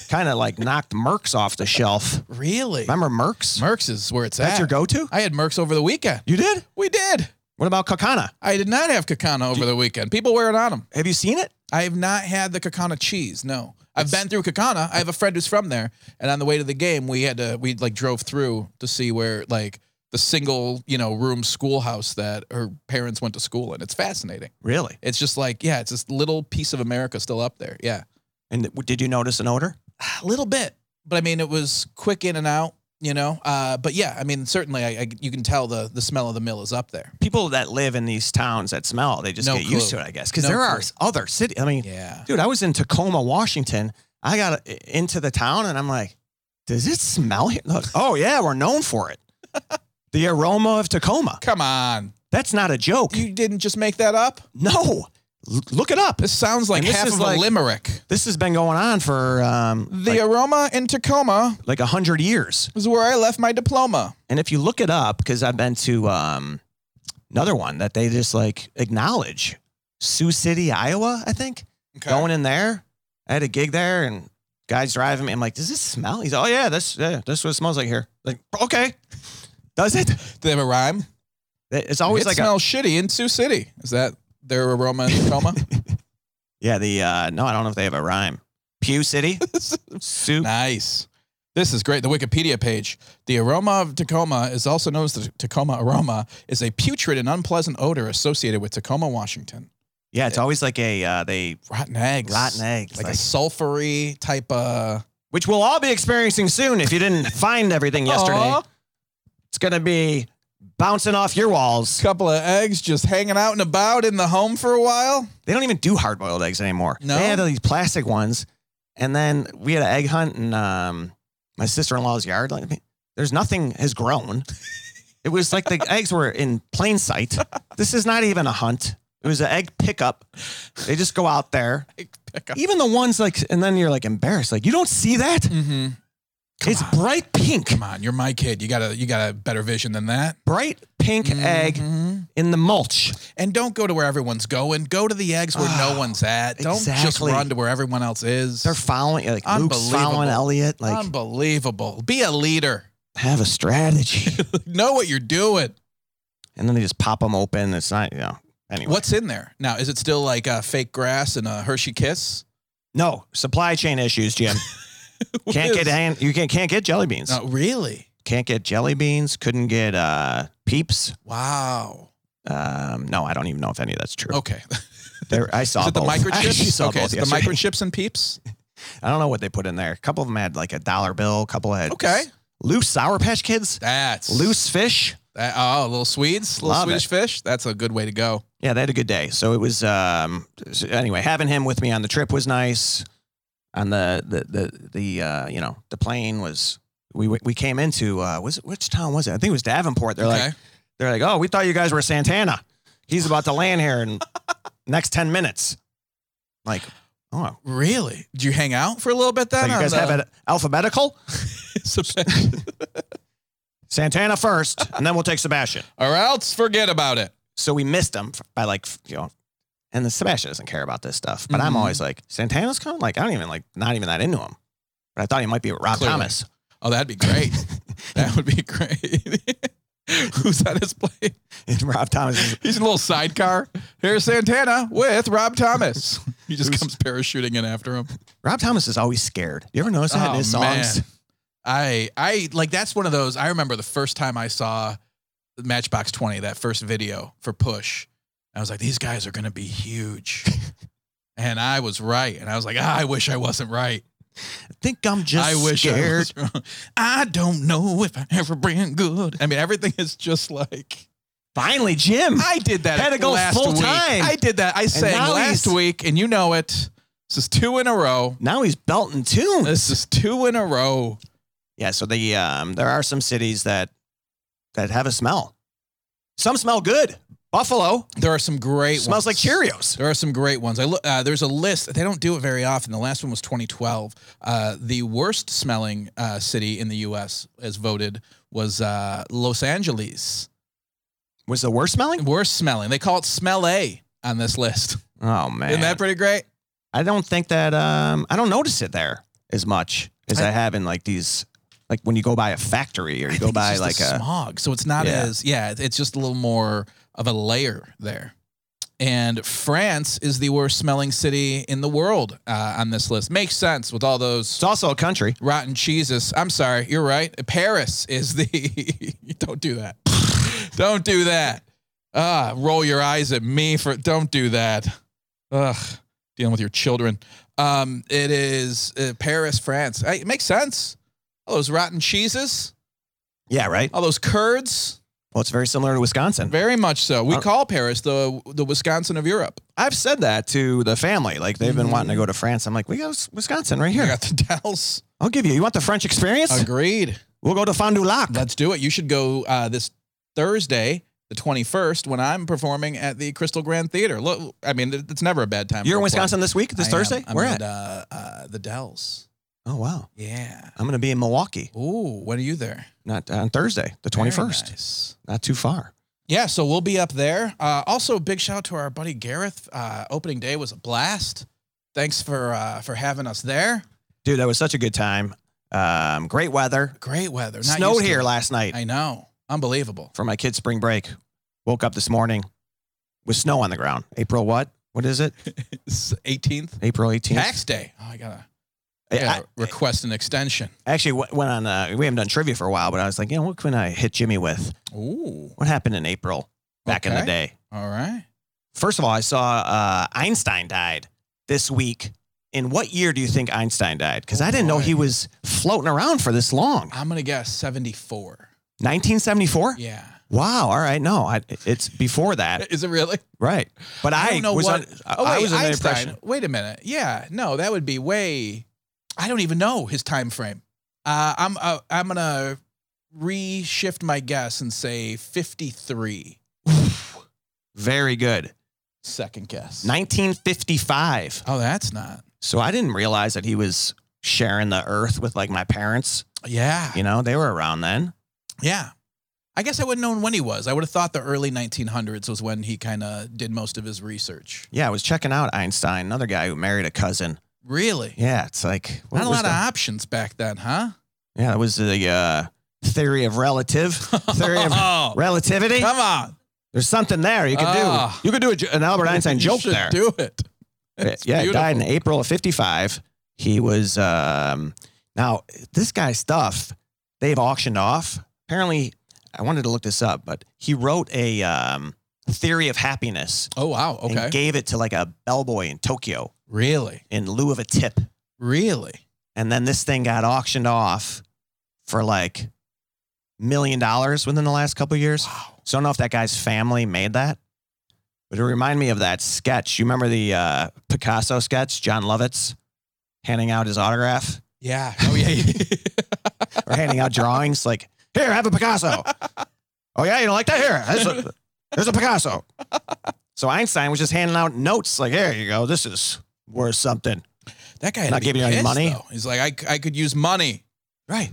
Speaker 1: kind of like knocked Merck's off the shelf.
Speaker 2: Really?
Speaker 1: Remember Merck's?
Speaker 2: Merck's is where it's
Speaker 1: That's
Speaker 2: at.
Speaker 1: your go-to.
Speaker 2: I had Merck's over the weekend.
Speaker 1: You did.
Speaker 2: We did.
Speaker 1: What about Kakana?
Speaker 2: I did not have Kakana over the weekend. People wear it on them.
Speaker 1: Have you seen it?
Speaker 2: I have not had the Kakana cheese. No, I've been through Kakana. I have a friend who's from there, and on the way to the game, we had to we like drove through to see where like the single you know room schoolhouse that her parents went to school in. It's fascinating.
Speaker 1: Really?
Speaker 2: It's just like yeah, it's this little piece of America still up there. Yeah,
Speaker 1: And th- did you notice an odor?
Speaker 2: a little bit, but I mean it was quick in and out. You know, uh, but yeah, I mean certainly I, I you can tell the the smell of the mill is up there.
Speaker 1: People that live in these towns that smell, they just
Speaker 2: No
Speaker 1: get used to
Speaker 2: clue.
Speaker 1: it, I guess. Because
Speaker 2: No
Speaker 1: there are s-
Speaker 2: clue.
Speaker 1: other cities. I mean,
Speaker 2: Yeah,
Speaker 1: dude, I was in Tacoma, Washington. I got uh, into the town and I'm like, does it smell here? Look, oh, yeah, we're known for it. the aroma of Tacoma.
Speaker 2: come on,
Speaker 1: That's not a joke.
Speaker 2: you didn't just make that up.
Speaker 1: no, L- look it up.
Speaker 2: This sounds like
Speaker 1: And this
Speaker 2: half
Speaker 1: is
Speaker 2: of
Speaker 1: like-
Speaker 2: a limerick.
Speaker 1: This has been going on for um,
Speaker 2: The
Speaker 1: like,
Speaker 2: aroma in Tacoma
Speaker 1: like 100 years.
Speaker 2: is where I left my diploma.
Speaker 1: And if you look it up, because I've been to um, another one that they just like acknowledge Sioux City, Iowa, I think.
Speaker 2: Okay.
Speaker 1: going in there. I had a gig there, and guys driving me. I'm like, does this smell? He's, oh yeah, that's yeah, that's what it smells like here. Like, okay, does it?
Speaker 2: Do they have a rhyme?
Speaker 1: It's always
Speaker 2: it
Speaker 1: like, a,
Speaker 2: smells shitty in Sioux City. Is that their aroma in Tacoma?
Speaker 1: yeah, the uh, no, I don't know if they have a rhyme. Pew City, soup.
Speaker 2: nice. This is great. The Wikipedia page. The aroma of Tacoma is also known as the Tacoma aroma, is a putrid and unpleasant odor associated with Tacoma, Washington.
Speaker 1: Yeah, it's always like a uh, they
Speaker 2: Rotten eggs.
Speaker 1: rotten eggs,
Speaker 2: Like,
Speaker 1: like-
Speaker 2: a sulfury type of.
Speaker 1: which we'll all be experiencing soon. If you didn't find everything yesterday,
Speaker 2: Aw,
Speaker 1: it's gonna be bouncing off your walls.
Speaker 2: couple of eggs just hanging out and about in the home for a while.
Speaker 1: They don't even do hard boiled eggs anymore.
Speaker 2: No?
Speaker 1: They had these plastic ones. And then we had an egg hunt in um, my sister in law's yard. Like, I mean, there's nothing has grown. it was like the eggs were in plain sight. This is not even a hunt. It was an egg pickup. They just go out there.
Speaker 2: Pick up.
Speaker 1: Even the ones like, and then you're like embarrassed. Like, you don't see that?
Speaker 2: Mm-hmm.
Speaker 1: it's bright pink,
Speaker 2: Come on, you're my kid. You got a you got a better vision than that.
Speaker 1: bright pink egg
Speaker 2: Mhm.
Speaker 1: in the mulch.
Speaker 2: And don't go to where everyone's going. Go to the eggs where
Speaker 1: Oh,
Speaker 2: no one's at. Don't just
Speaker 1: exactly.
Speaker 2: run to where everyone else is.
Speaker 1: They're following, like, Luke's following
Speaker 2: Unbelievable.
Speaker 1: Elliot. Like,
Speaker 2: Unbelievable. Be a leader.
Speaker 1: have a strategy.
Speaker 2: know what you're doing.
Speaker 1: and then they just pop them open. It's not, you know. Anyway,
Speaker 2: What's in there now? Is it still like uh, fake grass and a Hershey Kiss?
Speaker 1: No supply chain issues, Jim. can't get hand, you can't can't get jelly beans.
Speaker 2: No, really?
Speaker 1: Can't get jelly beans. Couldn't get uh, peeps.
Speaker 2: Wow.
Speaker 1: Um, no, I don't even know if any of that's true.
Speaker 2: Okay.
Speaker 1: There, I saw
Speaker 2: Is it the
Speaker 1: both. I actually
Speaker 2: microchips?
Speaker 1: saw
Speaker 2: Okay.
Speaker 1: both
Speaker 2: Is it the
Speaker 1: yesterday.
Speaker 2: microchips and peeps?
Speaker 1: I don't know what they put in there. A couple of them had like a dollar bill. A couple had
Speaker 2: Okay.
Speaker 1: loose sour patch kids,
Speaker 2: That's
Speaker 1: loose fish.
Speaker 2: That, oh, little Swedes, little
Speaker 1: Love
Speaker 2: Swedish fish. That's a good way to go.
Speaker 1: Yeah, they had a good day. So it was. Um, so anyway, having him with me on the trip was nice. On the the the the uh, you know the plane was. We, we came into uh, was it, which town was it? I think it was Davenport. They're like,
Speaker 2: okay.
Speaker 1: They're like, oh, we thought you guys were Santana. He's about to land here in next 10 minutes. Like, oh,
Speaker 2: Really? Did you hang out for a little bit
Speaker 1: so
Speaker 2: then?
Speaker 1: you
Speaker 2: on
Speaker 1: guys
Speaker 2: the-
Speaker 1: have it alphabetical?
Speaker 2: Sebastian.
Speaker 1: Santana first, and then we'll take Sebastian.
Speaker 2: or else forget about it.
Speaker 1: So we missed him f- by like, f- you know, and then Sebastian doesn't care about this stuff. But I'm
Speaker 2: Mhm.
Speaker 1: always like, Santana's coming? Like, I don't even like, not even that into him. But I thought he might be with Rob
Speaker 2: Clearly.
Speaker 1: Thomas.
Speaker 2: Oh, that'd be great. that would be great. Who's on his plane?
Speaker 1: And Rob Thomas is
Speaker 2: He's in a little sidecar. Here's Santana with Rob Thomas. He just
Speaker 1: Who's-
Speaker 2: comes parachuting in after him. Oh,
Speaker 1: Rob Thomas is always scared. You ever notice that in his songs?
Speaker 2: man. I I like that's one of those. I remember the first time I saw Matchbox Twenty, that first video for Push. I was like, these guys are gonna be huge, and I was right. And I was like, ah, I wish I wasn't right.
Speaker 1: I think I'm just
Speaker 2: I wish I
Speaker 1: scared.
Speaker 2: was wrong. I don't know if I ever been good. I mean, everything is just like
Speaker 1: Finally, Jim.
Speaker 2: I did that
Speaker 1: Had to go
Speaker 2: last
Speaker 1: full
Speaker 2: week.
Speaker 1: time.
Speaker 2: I did that. I sang
Speaker 1: now
Speaker 2: last
Speaker 1: he's-
Speaker 2: week, and you know it. This is two in a row.
Speaker 1: Now he's belting tunes.
Speaker 2: This is two in a row.
Speaker 1: Yeah, so the um, there are some cities that that have a smell. Some smell good. Buffalo
Speaker 2: There are some great.
Speaker 1: smells like
Speaker 2: ones.
Speaker 1: Cheerios.
Speaker 2: There are some great ones. I look. Uh, there's a list. They don't do it very often. The last one was 2012. Uh, the worst smelling uh, city in the U.S. as voted was uh, Los Angeles.
Speaker 1: Was the worst smelling?
Speaker 2: Worst smelling. They call it Smell A on this list.
Speaker 1: Oh man,
Speaker 2: Isn't that pretty great?
Speaker 1: I don't think that um, I don't notice it there as much as I,
Speaker 2: I-
Speaker 1: have in like these, like when you go by a factory or you
Speaker 2: I
Speaker 1: go
Speaker 2: think it's
Speaker 1: by
Speaker 2: just
Speaker 1: like
Speaker 2: the
Speaker 1: a.
Speaker 2: smog. So it's not
Speaker 1: Yeah.
Speaker 2: as yeah. it- It's just a little more of a layer there. And France is the worst smelling city in the world uh, on this list. Makes sense with all those
Speaker 1: It's also a country.
Speaker 2: rotten cheeses. I'm sorry, you're right. Paris is the don't do that. don't do that. Ah, roll your eyes at me for don't do that. Ugh, dealing with your children. Um, it is uh, Paris, France. Hey, it makes sense. All those rotten cheeses,
Speaker 1: Yeah, right.
Speaker 2: all those curds.
Speaker 1: Well, it's very similar to Wisconsin.
Speaker 2: Very much so. We
Speaker 1: Uh,
Speaker 2: call Paris the the Wisconsin of Europe.
Speaker 1: I've said that to the family. Like they've been
Speaker 2: Mhm.
Speaker 1: wanting to go to France. I'm like, we got Wisconsin right
Speaker 2: You
Speaker 1: here.
Speaker 2: got the Dells.
Speaker 1: I'll give you. You want the French experience?
Speaker 2: Agreed.
Speaker 1: we'll go to Fond du Lac.
Speaker 2: Let's do it. You should go uh, this Thursday, the 21st, when I'm performing at the Crystal Grand Theater. Look, I mean, it- it's never a bad time.
Speaker 1: You're in
Speaker 2: for a play.
Speaker 1: Wisconsin this week, this
Speaker 2: I am.
Speaker 1: Thursday.
Speaker 2: I'm
Speaker 1: Where at?
Speaker 2: at uh, uh, the Dells.
Speaker 1: Oh wow,
Speaker 2: Yeah.
Speaker 1: I'm gonna be in Milwaukee.
Speaker 2: Ooh, when are you there?
Speaker 1: Not uh, on Thursday, the 21st.
Speaker 2: Very nice.
Speaker 1: Not too far.
Speaker 2: Yeah, so we'll be up there. Uh, also, big shout out to our buddy Gareth. Uh, opening day was a blast. Thanks for uh, for having us there.
Speaker 1: Dude, that was such a good time. Um, great weather.
Speaker 2: Great weather. Not used
Speaker 1: Snowed
Speaker 2: to
Speaker 1: here
Speaker 2: it.
Speaker 1: last night
Speaker 2: I know. Unbelievable.
Speaker 1: for my kids' spring break. Woke up this morning with snow on the ground. April what? What is it?
Speaker 2: It's 18th.
Speaker 1: April 18th.
Speaker 2: Tax day. Oh, I gotta, I
Speaker 1: I-
Speaker 2: gotta request an extension.
Speaker 1: I actually w- went on, uh, we haven't done trivia for a while, but I was like, you know, what can I hit Jimmy with?
Speaker 2: Ooh.
Speaker 1: What happened in April back in the
Speaker 2: Okay.
Speaker 1: day?
Speaker 2: All right.
Speaker 1: First of all, I saw uh, Einstein died this week. In what year do you think Einstein died? Because
Speaker 2: Oh,
Speaker 1: I didn't know
Speaker 2: boy.
Speaker 1: he was floating around for this long.
Speaker 2: I'm gonna guess 74.
Speaker 1: 1974?
Speaker 2: Yeah.
Speaker 1: Wow. All right. No, I, it's before that.
Speaker 2: Is it really?
Speaker 1: Right. But I,
Speaker 2: don't know
Speaker 1: was
Speaker 2: what- Oh,
Speaker 1: on, I- I was under the
Speaker 2: Einstein.
Speaker 1: impression.
Speaker 2: Wait a minute. Yeah. No, that would be way. I don't even know his time frame. Uh, I'm uh, I'm gonna reshift my guess and say 53.
Speaker 1: Very good.
Speaker 2: Second guess.
Speaker 1: 1955.
Speaker 2: Oh, that's not.
Speaker 1: So I didn't realize that he was sharing the earth with like my parents.
Speaker 2: Yeah.
Speaker 1: You know, they were around then.
Speaker 2: Yeah. I guess I wouldn't known when he was. I would have thought the early 1900s was when he kind of did most of his research.
Speaker 1: Yeah, I was checking out Einstein, another guy who married a cousin.
Speaker 2: Really?
Speaker 1: Yeah, it's like what
Speaker 2: Not a
Speaker 1: was
Speaker 2: lot
Speaker 1: the-
Speaker 2: of options back then, huh?
Speaker 1: Yeah, that was the uh, theory of relative theory of
Speaker 2: Oh,
Speaker 1: relativity.
Speaker 2: come on.
Speaker 1: There's something there you could
Speaker 2: Ah.
Speaker 1: do. You could do a j an Albert Einstein
Speaker 2: You
Speaker 1: joke
Speaker 2: should
Speaker 1: there.
Speaker 2: Do it. It's
Speaker 1: yeah, he died in
Speaker 2: beautiful.
Speaker 1: April of 55. He was, um, now, this guy's stuff, they've auctioned off. Apparently, I wanted to look this up, but he wrote a um, theory of happiness
Speaker 2: Oh wow. Okay.
Speaker 1: and gave it to like a bellboy in Tokyo
Speaker 2: really?
Speaker 1: in lieu of a tip.
Speaker 2: Really?
Speaker 1: And then this thing got auctioned off for like million dollars within the last couple of years.
Speaker 2: Wow.
Speaker 1: So I don't know if that guy's family made that, but it reminded me of that sketch. You remember the uh, Picasso sketch, John Lovitz handing out his autograph
Speaker 2: Yeah. Oh yeah. yeah.
Speaker 1: or handing out drawings like, here, have a Picasso. oh, yeah, you don't like that? Here, there's a, there's a Picasso. So Einstein was just handing out notes like, here you go, this is worth something.
Speaker 2: that guy had
Speaker 1: Not
Speaker 2: to be
Speaker 1: giving you any
Speaker 2: pissed,
Speaker 1: money?
Speaker 2: though. He's like, I, c- I could use money.
Speaker 1: Right.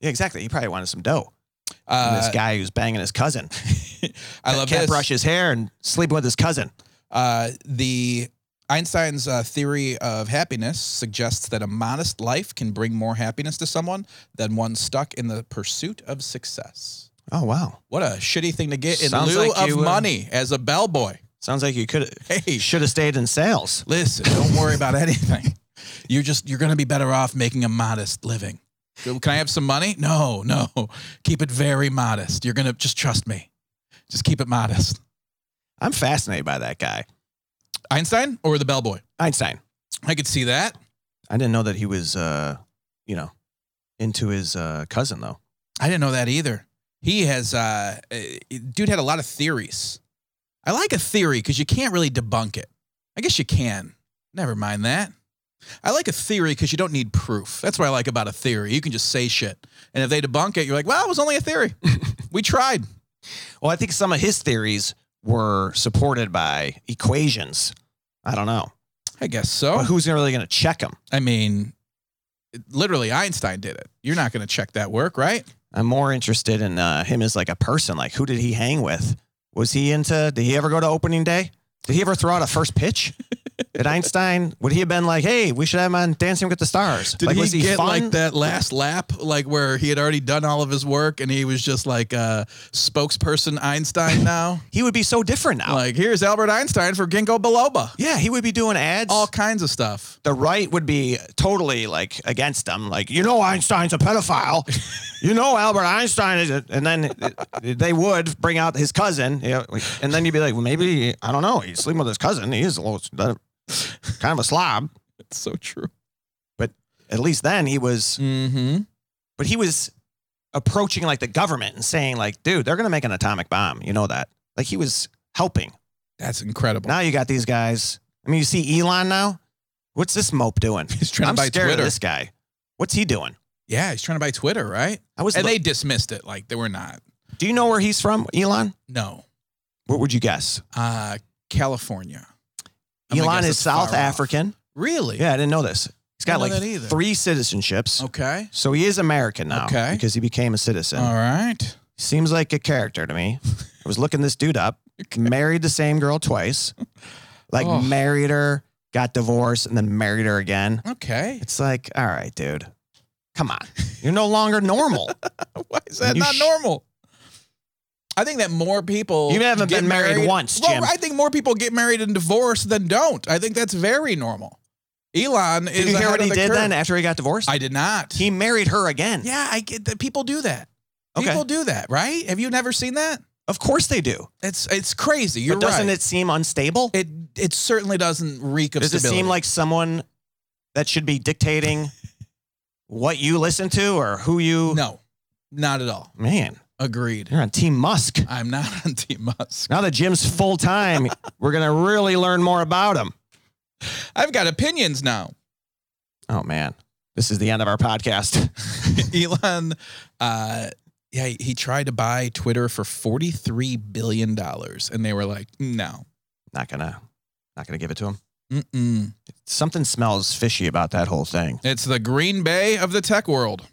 Speaker 1: Yeah, exactly. He probably wanted some dough. from
Speaker 2: Uh,
Speaker 1: this guy who's banging his cousin.
Speaker 2: I love
Speaker 1: Can't
Speaker 2: this.
Speaker 1: brush his hair and sleep with his cousin.
Speaker 2: Uh, the Einstein's uh, theory of happiness suggests that a modest life can bring more happiness to someone than one stuck in the pursuit of success.
Speaker 1: Oh wow.
Speaker 2: What a shitty thing to get in
Speaker 1: Sounds
Speaker 2: lieu
Speaker 1: like
Speaker 2: of
Speaker 1: you, uh,
Speaker 2: money as a bellboy.
Speaker 1: Sounds like you could
Speaker 2: Hey,
Speaker 1: should have stayed in sales.
Speaker 2: listen, don't worry about anything. You're just you're gonna be better off making a modest living. Can I have some money? No, no. Keep it very modest. You're gonna just trust me. Just keep it modest.
Speaker 1: I'm fascinated by that guy.
Speaker 2: Einstein or the bellboy?
Speaker 1: Einstein.
Speaker 2: I could see that.
Speaker 1: I didn't know that he was uh, you know, into his uh, cousin though.
Speaker 2: I didn't know that either. He has, uh, uh, dude had a lot of theories. I like a theory because you can't really debunk it. I guess you can. Never mind that. I like a theory because you don't need proof. That's what I like about a theory. You can just say shit. And if they debunk it, you're like, well, it was only a theory. we tried.
Speaker 1: Well, I think some of his theories were supported by equations. I don't know.
Speaker 2: I guess
Speaker 1: But
Speaker 2: so.
Speaker 1: who's really going to check him?
Speaker 2: I mean, literally, Einstein did it. You're not going to check that work, right?
Speaker 1: I'm more interested in uh, him as like a person. Like, who did he hang with? Was he into? Did he ever go to opening day? Did he ever throw out a first pitch? did Einstein? Would he have been like, "Hey, we should have him on Dancing with the Stars"?
Speaker 2: Did
Speaker 1: like,
Speaker 2: he,
Speaker 1: was
Speaker 2: get
Speaker 1: fun?
Speaker 2: like that last lap, like where he had already done all of his work and he was just like a spokesperson Einstein now?
Speaker 1: He would be so different now.
Speaker 2: like, here's Albert Einstein for Ginkgo biloba,
Speaker 1: yeah, he would be doing ads.
Speaker 2: all kinds of stuff.
Speaker 1: the right would be totally like against them. Like, you know, Einstein's a pedophile. you know, Albert Einstein is. A, and then they would bring out his cousin. You know, and then you'd be like, well, maybe, I don't know. He's sleeping with his cousin. He is a little, uh, kind of a slob.
Speaker 2: It's so true.
Speaker 1: At least then he was,
Speaker 2: Mm-hmm.
Speaker 1: but he was approaching like the government and saying, like, dude, they're going to make an atomic bomb. You know that. Like, he was helping.
Speaker 2: That's incredible.
Speaker 1: Now you got these guys. I mean, you see Elon now. What's this mope doing?
Speaker 2: he's trying
Speaker 1: I'm
Speaker 2: to buy
Speaker 1: scared
Speaker 2: Twitter.
Speaker 1: of this guy. What's he doing?
Speaker 2: Yeah, he's trying to buy Twitter, right?
Speaker 1: I was
Speaker 2: And they dismissed it like they were not.
Speaker 1: Do you know where he's from, Elon?
Speaker 2: No.
Speaker 1: What would you guess?
Speaker 2: Uh, California. I'm gonna
Speaker 1: Elon
Speaker 2: guess
Speaker 1: is
Speaker 2: it's far
Speaker 1: South
Speaker 2: off.
Speaker 1: African.
Speaker 2: Really?
Speaker 1: Yeah, I didn't know this. He's got
Speaker 2: Didn't know
Speaker 1: like
Speaker 2: that either.
Speaker 1: three citizenships.
Speaker 2: Okay.
Speaker 1: So he is American now
Speaker 2: Okay.
Speaker 1: because he became a citizen.
Speaker 2: All right.
Speaker 1: Seems like a character to me. I was looking this dude up, married the same girl twice, like
Speaker 2: Oh.
Speaker 1: married her, got divorced, and then married her again.
Speaker 2: Okay.
Speaker 1: It's like, all right, dude, come on. You're no longer normal.
Speaker 2: Why is that
Speaker 1: You
Speaker 2: not
Speaker 1: sh-
Speaker 2: normal? I think that more people
Speaker 1: You haven't
Speaker 2: get
Speaker 1: been married once, Jim.
Speaker 2: Well, I think more people get married and divorced than don't. I think that's very normal. Elon is.
Speaker 1: did you hear
Speaker 2: ahead
Speaker 1: what
Speaker 2: of
Speaker 1: he
Speaker 2: the
Speaker 1: did
Speaker 2: curve.
Speaker 1: then after he got divorced?
Speaker 2: I did not.
Speaker 1: he married her again.
Speaker 2: yeah, I get that. People do that.
Speaker 1: Okay.
Speaker 2: People do that, right? Have you never seen that?
Speaker 1: Of course they do.
Speaker 2: It's it's crazy. You're
Speaker 1: but doesn't
Speaker 2: right.
Speaker 1: it seem unstable?
Speaker 2: it it certainly doesn't reek of
Speaker 1: Does it
Speaker 2: stability.
Speaker 1: seem like someone that should be dictating what you listen to or who you?
Speaker 2: no, not at all.
Speaker 1: Man,
Speaker 2: Agreed.
Speaker 1: you're on Team Musk.
Speaker 2: I'm not on Team Musk.
Speaker 1: Now that Jim's full time, we're gonna really learn more about him.
Speaker 2: I've got opinions now.
Speaker 1: Oh man, this is the end of our podcast.
Speaker 2: Elon, uh, yeah, he tried to buy Twitter for forty-three billion dollars, and they were like, "No,
Speaker 1: Not gonna, not gonna give it to him.
Speaker 2: mm-mm.
Speaker 1: Something smells fishy about that whole thing.
Speaker 2: it's the Green Bay of the tech world."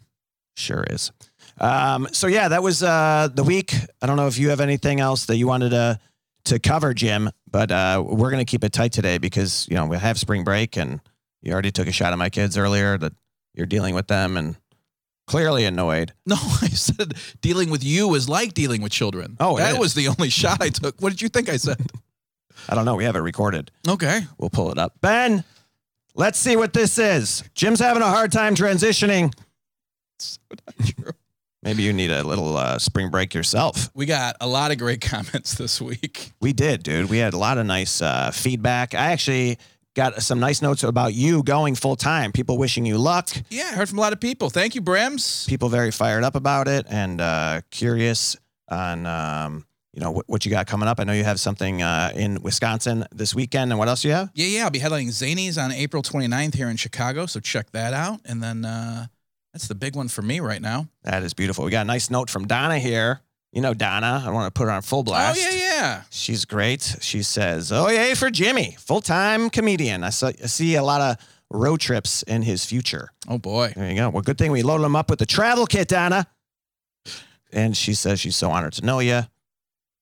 Speaker 1: Sure is. Um, so yeah, that was uh, the week. I don't know if you have anything else that you wanted to to cover, Jim, but uh, we're gonna keep it tight today because you know we have spring break, and you already took a shot at my kids earlier that you're dealing with them and clearly annoyed.
Speaker 2: No, I said dealing with you is like dealing with children.
Speaker 1: Oh, it
Speaker 2: that
Speaker 1: is.
Speaker 2: was the only shot I took. What did you think I said?
Speaker 1: I don't know. We have it recorded.
Speaker 2: okay,
Speaker 1: We'll pull it up. Ben, let's see what this is. Jim's having a hard time transitioning.
Speaker 2: True.
Speaker 1: Maybe you need a little uh, spring break yourself.
Speaker 2: we got a lot of great comments this week.
Speaker 1: We did, dude. We had a lot of nice uh, feedback. I actually got some nice notes about you going full time. People wishing you luck.
Speaker 2: Yeah, I heard from a lot of people. Thank you, Brems.
Speaker 1: People very fired up about it and uh, curious on um, you know what, what you got coming up. I know you have something uh, in Wisconsin this weekend, and what else you have?
Speaker 2: Yeah, yeah, I'll be headlining Zanies on April 29th here in Chicago, so check that out. And then uh, that's the big one for me right now.
Speaker 1: That is beautiful. We got a nice note from Donna here. You know Donna. I want to put her on full blast.
Speaker 2: Oh yeah, yeah.
Speaker 1: She's great. She says, "Oh yay for Jimmy, full time comedian." I saw- I see a lot of road trips in his future.
Speaker 2: Oh boy.
Speaker 1: There you go. Well, good thing we loaded him up with the travel kit, Donna. And she says she's so honored to know you.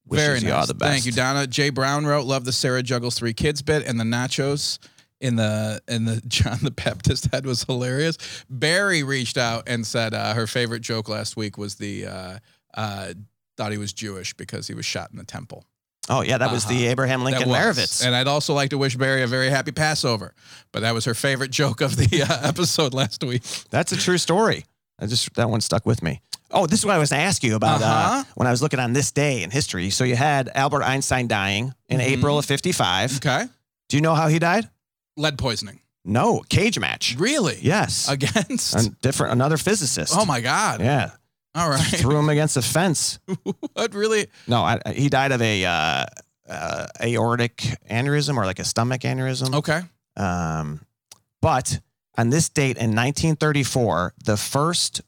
Speaker 1: Wishes
Speaker 2: Very
Speaker 1: you all
Speaker 2: nice.
Speaker 1: the best.
Speaker 2: Thank you, Donna. Jay Brown wrote, "Love the Sarah juggles three kids bit and the nachos." In the in the John the Baptist head was hilarious. Barry reached out and said uh, her favorite joke last week was the uh, uh, thought he was Jewish because he was shot in the temple.
Speaker 1: Oh yeah, that was the
Speaker 2: Uh-huh.
Speaker 1: Abraham Lincoln
Speaker 2: That was.
Speaker 1: Maravitz.
Speaker 2: And I'd also like to wish Barry a very happy Passover, but that was her favorite joke of the uh, episode last week.
Speaker 1: That's a true story. I just that one stuck with me. Oh, this is what I was going to ask you about uh
Speaker 2: Uh-huh.
Speaker 1: when I was looking on this day in history. So you had Albert Einstein dying in
Speaker 2: Mhm.
Speaker 1: April of '55.
Speaker 2: Okay.
Speaker 1: Do you know how he died?
Speaker 2: Lead poisoning.
Speaker 1: No, cage match.
Speaker 2: Really?
Speaker 1: Yes,
Speaker 2: Against?
Speaker 1: a different another physicist.
Speaker 2: oh my God.
Speaker 1: Yeah,
Speaker 2: All right.
Speaker 1: threw him against a fence.
Speaker 2: what really?
Speaker 1: No, I, I- he died of a uh, uh, aortic aneurysm or like a stomach aneurysm.
Speaker 2: Okay.
Speaker 1: Um, but on this date in 1934, the first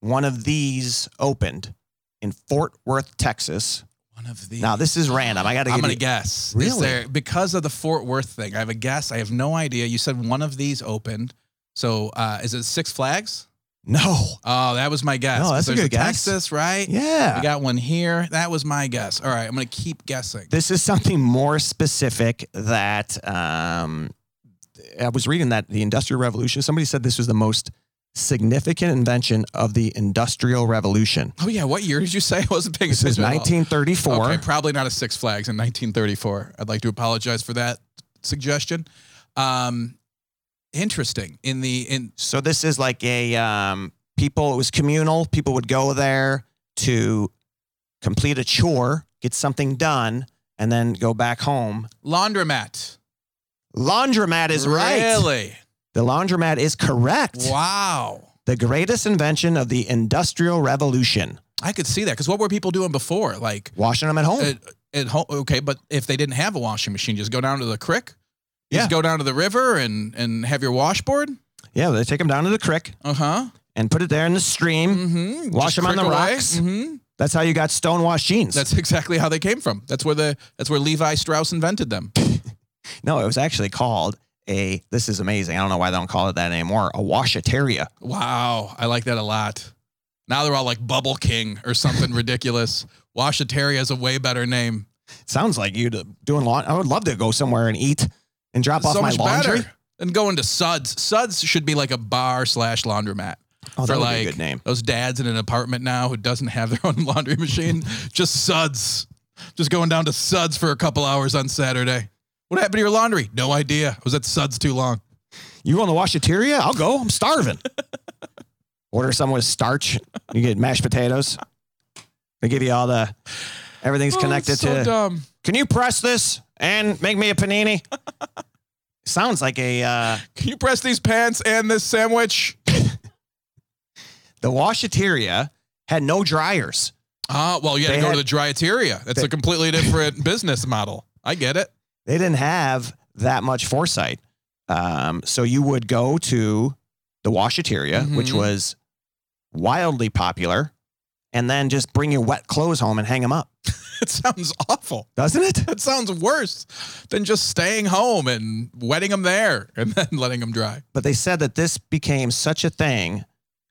Speaker 1: one of these opened in Fort Worth, Texas.
Speaker 2: One of the.
Speaker 1: Now, this is random. I got to
Speaker 2: I'm
Speaker 1: give
Speaker 2: gonna
Speaker 1: you.
Speaker 2: guess. Is
Speaker 1: e-, Really?
Speaker 2: there- because of the Fort Worth thing, I have a guess. I have no idea. You said one of these opened. So uh, is it Six Flags?
Speaker 1: no.
Speaker 2: Oh, that was my guess.
Speaker 1: No, that's a
Speaker 2: There's
Speaker 1: good guess.
Speaker 2: Texas, right?
Speaker 1: Yeah.
Speaker 2: We got one here. That was my guess. All right, I'm gonna keep guessing.
Speaker 1: this is something more specific that um, I was reading that the Industrial Revolution, somebody said this was the most significant invention of the Industrial Revolution.
Speaker 2: Oh yeah, what year did you say? I wasn't paying
Speaker 1: This is oh
Speaker 2: attention. at all.
Speaker 1: 1934.
Speaker 2: Okay, probably not a Six Flags in 1934. I'd like to apologize for that suggestion. Um, interesting. In the in
Speaker 1: So this is like a um, people. It was communal. People would go there to complete a chore, get something done, and then go back home.
Speaker 2: laundromat
Speaker 1: Laundromat is right.
Speaker 2: Really?
Speaker 1: The laundromat is correct.
Speaker 2: Wow.
Speaker 1: The greatest invention of the Industrial Revolution.
Speaker 2: I could see that because what were people doing before? Like
Speaker 1: Washing them at home.
Speaker 2: at, at home. Okay, but if they didn't have a washing machine, just go down to the creek.
Speaker 1: Yeah.
Speaker 2: Just go down to the river and and have your washboard.
Speaker 1: yeah, they take them down to the creek
Speaker 2: Uh huh.
Speaker 1: and put it there in the stream.
Speaker 2: Mm-hmm.
Speaker 1: Wash 'em on the rocks.
Speaker 2: Mm-hmm.
Speaker 1: That's how you got stonewashed jeans.
Speaker 2: That's exactly how they came from. That's where the that's where Levi Strauss invented them.
Speaker 1: no, it was actually called a. This is amazing. I don't know why they don't call it that anymore. A washetaria.
Speaker 2: Wow, I like that a lot. Now they're all like Bubble King or something ridiculous. Washataria is a way better name.
Speaker 1: Sounds like you to- doing laundry. I would love to go somewhere and eat and drop off
Speaker 2: so
Speaker 1: my
Speaker 2: much
Speaker 1: laundry.
Speaker 2: better than going to Suds. Suds should be like a bar slash laundromat.
Speaker 1: Oh, that would be a
Speaker 2: For like-
Speaker 1: good name.
Speaker 2: Those dads in an apartment now who doesn't have their own laundry machine, just Suds. Just going down to Suds for a couple hours on Saturday. What happened to your laundry? No idea. I was at Suds too long.
Speaker 1: You want to wash a teria? I'll go. I'm starving. Order some with starch. You get mashed potatoes. They give you all the everything's
Speaker 2: Oh,
Speaker 1: connected
Speaker 2: it's so
Speaker 1: to.
Speaker 2: dumb.
Speaker 1: Can you press this and make me a panini? Sounds like a uh,
Speaker 2: Can you press these pants and this sandwich?
Speaker 1: the washateria had no dryers.
Speaker 2: Ah, well, you had
Speaker 1: They
Speaker 2: to go
Speaker 1: had-
Speaker 2: to the dryateria. That's
Speaker 1: They-
Speaker 2: a completely different business model. I get it.
Speaker 1: They didn't have that much foresight. Um, so you would go to the washateria, which
Speaker 2: Mhm.
Speaker 1: was wildly popular, and then just bring your wet clothes home and hang them up,
Speaker 2: It sounds awful.
Speaker 1: doesn't it?
Speaker 2: That sounds worse than just staying home and wetting them there and then letting them dry.
Speaker 1: But they said that this became such a thing,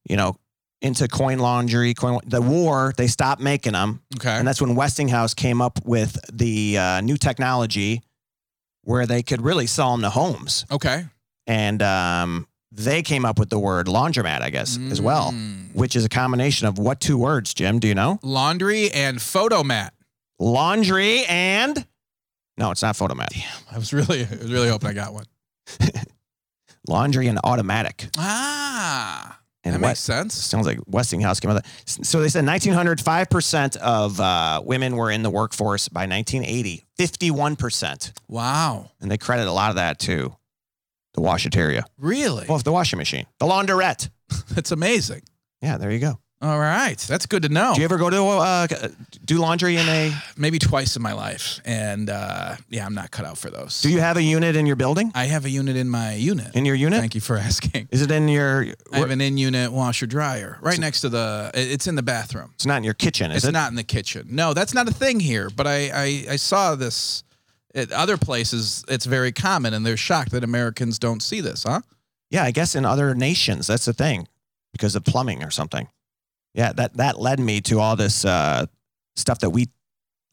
Speaker 1: you know, into coin laundry, coin the war. They stopped making them,
Speaker 2: Okay.
Speaker 1: and that's when Westinghouse came up with the uh, new technology where they could really sell them to homes.
Speaker 2: Okay.
Speaker 1: and um, they came up with the word laundromat, I guess, as well,
Speaker 2: Mm.
Speaker 1: which is a combination of what two words, Jim? Do you know?
Speaker 2: Laundry and photo mat.
Speaker 1: Laundry and no, it's not photomat.
Speaker 2: I was really, I was really hoping I got one.
Speaker 1: Laundry and automatic.
Speaker 2: Ah,
Speaker 1: And
Speaker 2: that
Speaker 1: what
Speaker 2: makes sense.
Speaker 1: sounds like Westinghouse came up. With that. So they said 1900, 5 percent of uh, women were in the workforce by 1980, 51 percent,
Speaker 2: Wow.
Speaker 1: and they credit a lot of that to the washateria.
Speaker 2: Really?
Speaker 1: Well, the washing machine, the launderette.
Speaker 2: That's amazing.
Speaker 1: Yeah, there you go.
Speaker 2: All right. That's good to know.
Speaker 1: Do you ever go to uh, do laundry in a?
Speaker 2: Maybe twice in my life. And uh, yeah, I'm not cut out for those.
Speaker 1: Do you have a unit in your building?
Speaker 2: I have a unit in my unit.
Speaker 1: In your unit?
Speaker 2: Thank you for asking.
Speaker 1: Is it in your?
Speaker 2: I have an in-unit washer dryer right next to the. it- It's in the bathroom.
Speaker 1: it's not in your kitchen, is
Speaker 2: It's
Speaker 1: it?
Speaker 2: not in the kitchen. No, that's not a thing here. But I I, I saw this at other places it's very common, and they're shocked that Americans don't see this, huh?
Speaker 1: Yeah, I guess in other nations, that's the thing, because of plumbing or something. Yeah, that that led me to all this uh, stuff that we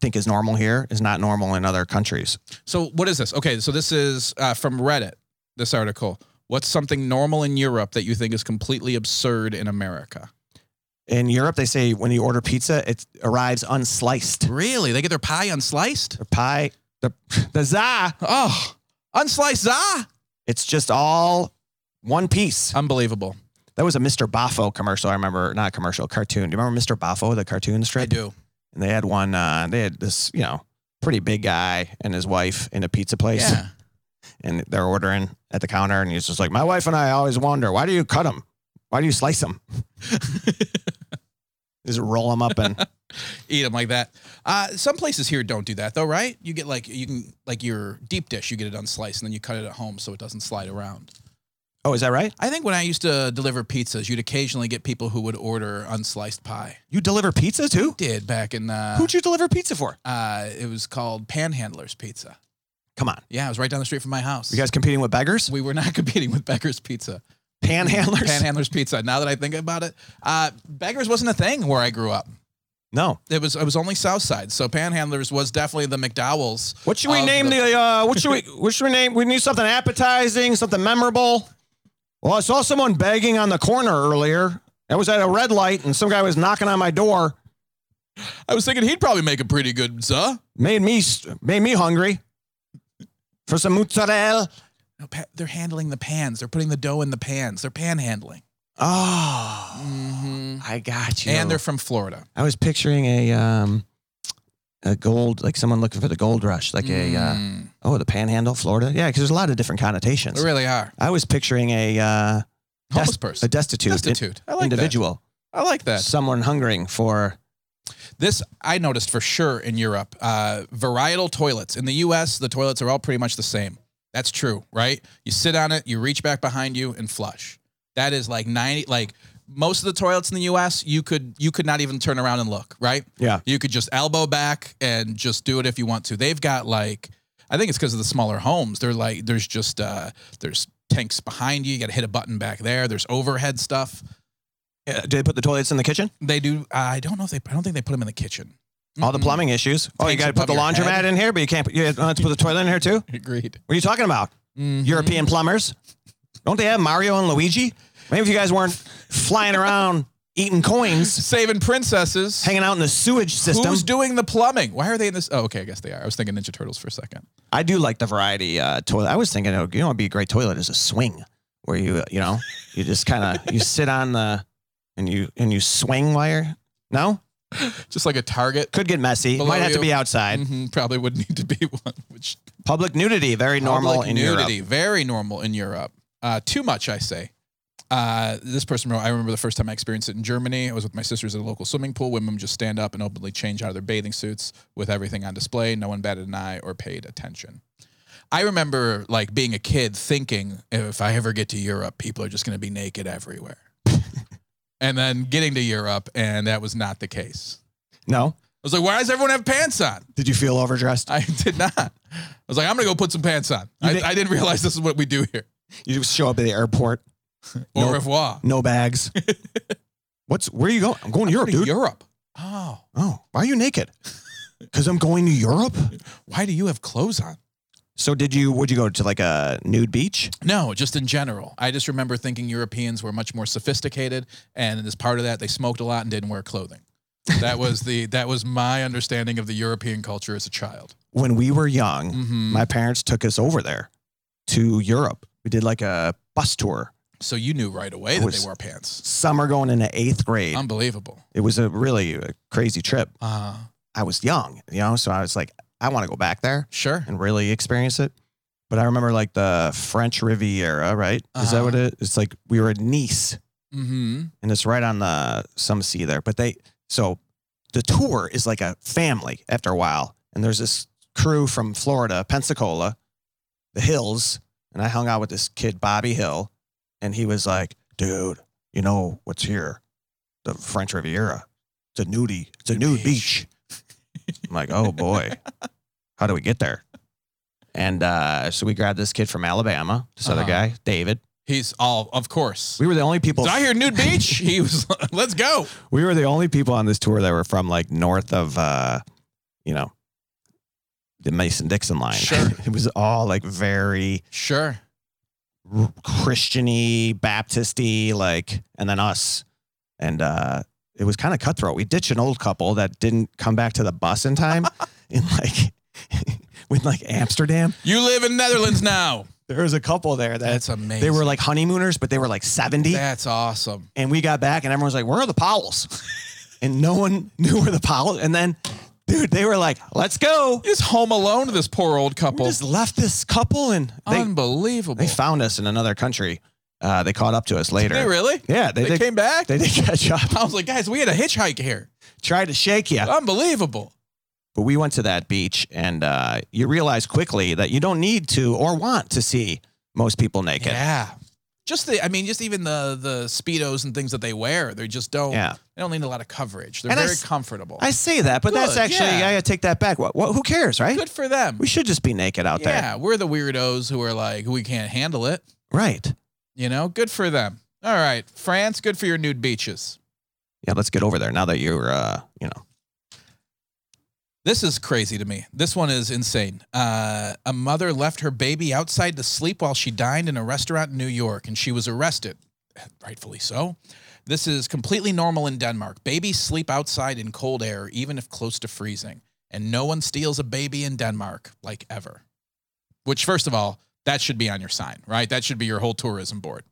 Speaker 1: think is normal here is not normal in other countries.
Speaker 2: So what is this? Okay, so this is uh, from Reddit. This article. What's something normal in Europe that you think is completely absurd in America?
Speaker 1: In Europe, they say when you order pizza, it arrives unsliced.
Speaker 2: Really? They get their pie unsliced?
Speaker 1: The pie, the the za,
Speaker 2: Oh, unsliced ah! za!
Speaker 1: it's just all one piece.
Speaker 2: Unbelievable.
Speaker 1: That was a Mr. Boffo commercial. I remember not commercial, cartoon. Do you remember Mr. Boffo, the cartoon strip?
Speaker 2: I do.
Speaker 1: And they had one. Uh, they had this, you know, pretty big guy and his wife in a pizza place,
Speaker 2: Yeah.
Speaker 1: and they're ordering at the counter, and he's just like, "My wife and I always wonder why do you cut them? Why do you slice them? Just roll them up and
Speaker 2: Eat them like that. Uh, some places here don't do that though, right? You get like you can like your deep dish, you get it unsliced, and then you cut it at home so it doesn't slide around.
Speaker 1: oh, is that right?
Speaker 2: I think when I used to deliver pizzas, you'd occasionally get people who would order unsliced pie.
Speaker 1: You deliver pizza too?
Speaker 2: Did back in uh,
Speaker 1: Who'd you deliver pizza for?
Speaker 2: uh, it was called Panhandler's Pizza.
Speaker 1: Come on,
Speaker 2: Yeah, it was right down the street from my house.
Speaker 1: you guys competing with beggars,
Speaker 2: we were not competing with Becker's Pizza.
Speaker 1: panhandlers?
Speaker 2: Panhandler's Pizza. Now that I think about it, uh, Becker's wasn't a thing where I grew up.
Speaker 1: no.
Speaker 2: It was it was only South Side. So Panhandlers was definitely the McDowell's.
Speaker 1: What should we
Speaker 2: of
Speaker 1: name the, uh, what should we what should we name? We need something appetizing, something memorable. Well, I saw someone begging on the corner earlier. I was at a red light and some guy was knocking on my door.
Speaker 2: I was thinking he'd probably make a pretty good za.
Speaker 1: Made me st- made me hungry for some mozzarella.
Speaker 2: No, pa- they're handling the pans. They're putting the dough in the pans. They're panhandling.
Speaker 1: Oh, I got you.
Speaker 2: Mm. And they're from Florida.
Speaker 1: I was picturing a um a gold like someone looking for the gold rush, like a uh,
Speaker 2: Mm,
Speaker 1: oh the Panhandle, Florida. Yeah, because there's a lot of different
Speaker 2: they
Speaker 1: connotations.
Speaker 2: really are
Speaker 1: I was picturing a uh,
Speaker 2: homeless
Speaker 1: dest-
Speaker 2: person.
Speaker 1: a destitute, in-
Speaker 2: Destitute. I like
Speaker 1: individual.
Speaker 2: that. I like that.
Speaker 1: someone hungering for
Speaker 2: This I noticed for sure in Europe. Uh, varietal toilets. In the US, the toilets are all pretty much the same. That's true, right? You sit on it, you reach back behind you and flush. That is like 90 like most of the toilets in the US, you could you could not even turn around and look, right?
Speaker 1: yeah
Speaker 2: You could just elbow back and just do it if you want to. They've got like, I think it's because of the smaller homes. They're like, there's just uh, there's tanks behind you. You got to hit a button back there. There's overhead stuff.
Speaker 1: uh, do they put the toilets in the kitchen
Speaker 2: They do. I don't know if they. I don't think they put them in the kitchen.
Speaker 1: all the
Speaker 2: Mm-mm.
Speaker 1: plumbing issues oh you
Speaker 2: Tanks
Speaker 1: got to put
Speaker 2: above
Speaker 1: the
Speaker 2: your
Speaker 1: laundromat
Speaker 2: head.
Speaker 1: in here but you can't put, you don't have to put the toilet in here too
Speaker 2: Agreed.
Speaker 1: what are you talking about
Speaker 2: Mm-hmm.
Speaker 1: european plumbers don't they have mario and luigi maybe if you guys weren't flying around eating coins
Speaker 2: saving princesses.
Speaker 1: hanging out in the sewage system
Speaker 2: Who's doing the plumbing? Why are they in this? Oh, okay, I guess they are. I was thinking Ninja Turtles for a second.
Speaker 1: i do like the variety uh, toilet i was thinking oh, you know what'd be a great toilet is a swing where you uh, you know you just kind of you sit on the and you and you swing while you're no
Speaker 2: Just like a Target.
Speaker 1: could get messy
Speaker 2: Below
Speaker 1: might have to
Speaker 2: you.
Speaker 1: be outside
Speaker 2: hmm probably would need to be one. Which
Speaker 1: Public nudity, very normal
Speaker 2: Public
Speaker 1: in
Speaker 2: nudity,
Speaker 1: Europe.
Speaker 2: very normal in Europe. Uh, too much, I say. Uh, this person wrote, I remember the first time I experienced it in Germany. I was with my sisters at a local swimming pool. Women just stand up and openly change out of their bathing suits with everything on display. No one batted an eye or paid attention. I remember like being a kid thinking if I ever get to Europe, people are just going to be naked everywhere. and then getting to Europe, and that was not the case.
Speaker 1: No,
Speaker 2: I was like, why does everyone have pants on?
Speaker 1: did you feel overdressed?
Speaker 2: I did not. I was like, I'm gonna go put some pants on.
Speaker 1: You
Speaker 2: I,
Speaker 1: did-
Speaker 2: I didn't realize this is what we do here.
Speaker 1: You just show up at the airport,
Speaker 2: Au
Speaker 1: Nope.
Speaker 2: revoir.
Speaker 1: no bags. What's where are you going? I'm going to Europe,
Speaker 2: Go to
Speaker 1: dude.
Speaker 2: Europe. Oh,
Speaker 1: Oh, why are you naked? Because I'm going to Europe.
Speaker 2: why do you have clothes on?
Speaker 1: So did you? Would you go to like a nude beach?
Speaker 2: No, just in general. I just remember thinking Europeans were much more sophisticated, and as part of that, they smoked a lot and didn't wear clothing. That was the that was my understanding of the European culture as a child.
Speaker 1: When we were young,
Speaker 2: Mhm.
Speaker 1: my parents took us over there to Europe. We did like a bus tour.
Speaker 2: so you knew right away
Speaker 1: I
Speaker 2: that
Speaker 1: was-
Speaker 2: they wore pants.
Speaker 1: Summer going into eighth grade.
Speaker 2: Um, Unbelievable.
Speaker 1: it was a really a crazy trip.
Speaker 2: Uh,
Speaker 1: I was young, you know, so I was like, I want to go back there.
Speaker 2: sure.
Speaker 1: and really experience it. But I remember like the French Riviera, right? Is that
Speaker 2: Uh-huh.
Speaker 1: what it? It's like we were in Nice,
Speaker 2: Mm-hmm.
Speaker 1: and it's right on the some sea there. But they so the tour is like a family after a while, and there's this crew from Florida, Pensacola, the hills, and I hung out with this kid Bobby Hill, and he was like, "Dude, you know what's here? The French Riviera. It's a nudie. It's a
Speaker 2: The
Speaker 1: nude beach."
Speaker 2: beach."
Speaker 1: I'm like, "Oh boy, how do we get there?" And uh, so we grabbed this kid from Alabama, this other
Speaker 2: Uh-huh.
Speaker 1: guy, David.
Speaker 2: He's all, of course.
Speaker 1: We were the only people.
Speaker 2: Did I hear Nude Beach? He was, let's go.
Speaker 1: We were the only people on this tour that were from like north of, uh, you know, the Mason Dixon line.
Speaker 2: Sure.
Speaker 1: it was all like very
Speaker 2: Sure.
Speaker 1: r- Christiany, Baptisty, like, and then us. And uh, it was kind of cutthroat. We ditched an old couple that didn't come back to the bus in time, in like, with like Amsterdam.
Speaker 2: You live in Netherlands now.
Speaker 1: There was a couple there that
Speaker 2: That's amazing.
Speaker 1: they were like honeymooners, but they were like seventy.
Speaker 2: That's awesome.
Speaker 1: And we got back, and everyone was like, "Where are the Powells?" and no one knew where the Powells. And then, dude, they were like, "Let's go."
Speaker 2: Just home alone to this poor old
Speaker 1: We
Speaker 2: couple.
Speaker 1: just left this couple, and they
Speaker 2: Unbelievable.
Speaker 1: they found us in another country. Uh, they caught up to us later.
Speaker 2: They really?
Speaker 1: Yeah, they
Speaker 2: They,
Speaker 1: did,
Speaker 2: came back?
Speaker 1: they did catch up.
Speaker 2: I was like, guys, we had a hitchhike here.
Speaker 1: Tried to shake you,
Speaker 2: Unbelievable.
Speaker 1: but we went to that beach, and uh, you realize quickly that you don't need to or want to see most people naked.
Speaker 2: Yeah. Just the, I mean, just even the the speedos and things that they wear, they just don't. They don't need a lot of coverage. They're
Speaker 1: And I
Speaker 2: very
Speaker 1: s-
Speaker 2: comfortable.
Speaker 1: I say that, but that's
Speaker 2: Good,
Speaker 1: actually
Speaker 2: yeah.
Speaker 1: I gotta take that back. What, what? Who cares, right?
Speaker 2: Good for them.
Speaker 1: We should just be naked out there,
Speaker 2: Yeah, we're the weirdos who are like, we can't handle it.
Speaker 1: right?
Speaker 2: You know, good for them. All right, France, good for your nude beaches.
Speaker 1: Yeah, let's get over there now that you're, uh, you know,
Speaker 2: This is crazy to me. This one is insane. Uh, a mother left her baby outside to sleep while she dined in a restaurant in New York, and she was arrested. Rightfully so. This is completely normal in Denmark. Babies sleep outside in cold air, even if close to freezing. And no one steals a baby in Denmark, like ever. Which, first of all, that should be on your sign, right? That should be your whole tourism board.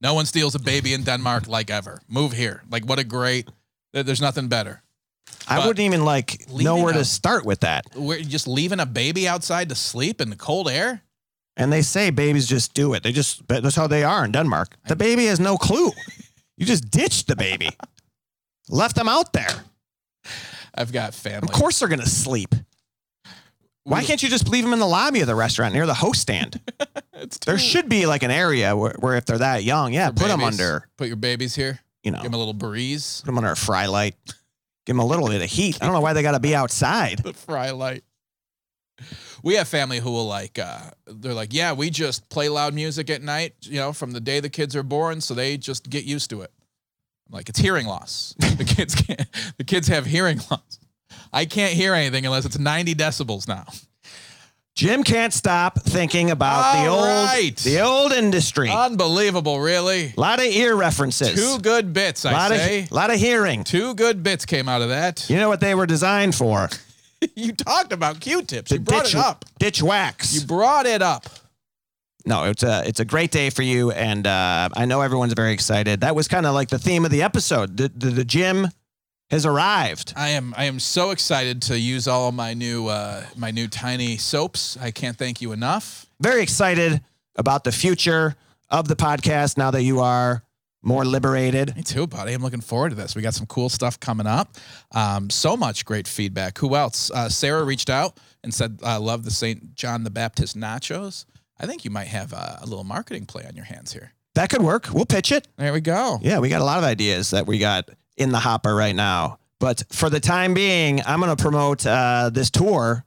Speaker 2: No one steals a baby in Denmark, like ever. Move here. Like, what a great, there- there's nothing better.
Speaker 1: I
Speaker 2: But
Speaker 1: wouldn't even like know
Speaker 2: leaving
Speaker 1: where to
Speaker 2: a-
Speaker 1: start with that.
Speaker 2: we're just leaving a baby outside to sleep in the cold air.
Speaker 1: And they say babies just do it. They just but that's how they are in Denmark. The baby has no clue. You just ditched the baby, left them out there.
Speaker 2: I've got
Speaker 1: Of
Speaker 2: family.
Speaker 1: course they're gonna sleep. Why
Speaker 2: We-
Speaker 1: can't you just leave them in the lobby of the restaurant near the host stand?
Speaker 2: It's
Speaker 1: There
Speaker 2: too-
Speaker 1: should be like an area where, where if they're that young, yeah,
Speaker 2: For
Speaker 1: put them
Speaker 2: babies.
Speaker 1: under,
Speaker 2: put your babies here.
Speaker 1: you know,
Speaker 2: Give them a little breeze.
Speaker 1: put them under a fry light, give them a little bit of heat. I don't know why they got to be outside.
Speaker 2: The fry light. We have family who will like. Uh, they're like, yeah, we just play loud music at night. You know, from the day the kids are born, so they just get used to it. I'm like it's hearing loss. the kids can't. The kids have hearing loss. I can't hear anything unless it's 90 decibels now.
Speaker 1: Jim can't stop thinking about the
Speaker 2: All
Speaker 1: old
Speaker 2: right.
Speaker 1: the old industry. A
Speaker 2: Unbelievable, really.
Speaker 1: lot of ear references.
Speaker 2: Two eh? good bits, I
Speaker 1: lot
Speaker 2: say.
Speaker 1: of lot of hearing.
Speaker 2: Two good bits came out of that.
Speaker 1: You know what they were designed for?
Speaker 2: you talked about Q-tips. You brought
Speaker 1: ditch
Speaker 2: it up.
Speaker 1: Ditch wax.
Speaker 2: You brought it up.
Speaker 1: no, it's a it's a great day for you, and uh, I know everyone's very excited. That was kind of like the theme of the episode. The the, the gym has arrived.
Speaker 2: I am I am so excited to use all of my new uh, my new tiny soaps. I can't thank you enough.
Speaker 1: Very excited about the future of the podcast now that you are more liberated.
Speaker 2: Me too, buddy. I'm looking forward to this. We got some cool stuff coming up. Um, so much great feedback. Who else? Uh, Sarah reached out and said, "I love the Saint John the Baptist nachos." I think you might have uh, a little marketing play on your hands here.
Speaker 1: That could work. We'll pitch it.
Speaker 2: There we go.
Speaker 1: Yeah, we got a lot of ideas that we got in the hopper right now. But for the time being, I'm going to promote uh, this tour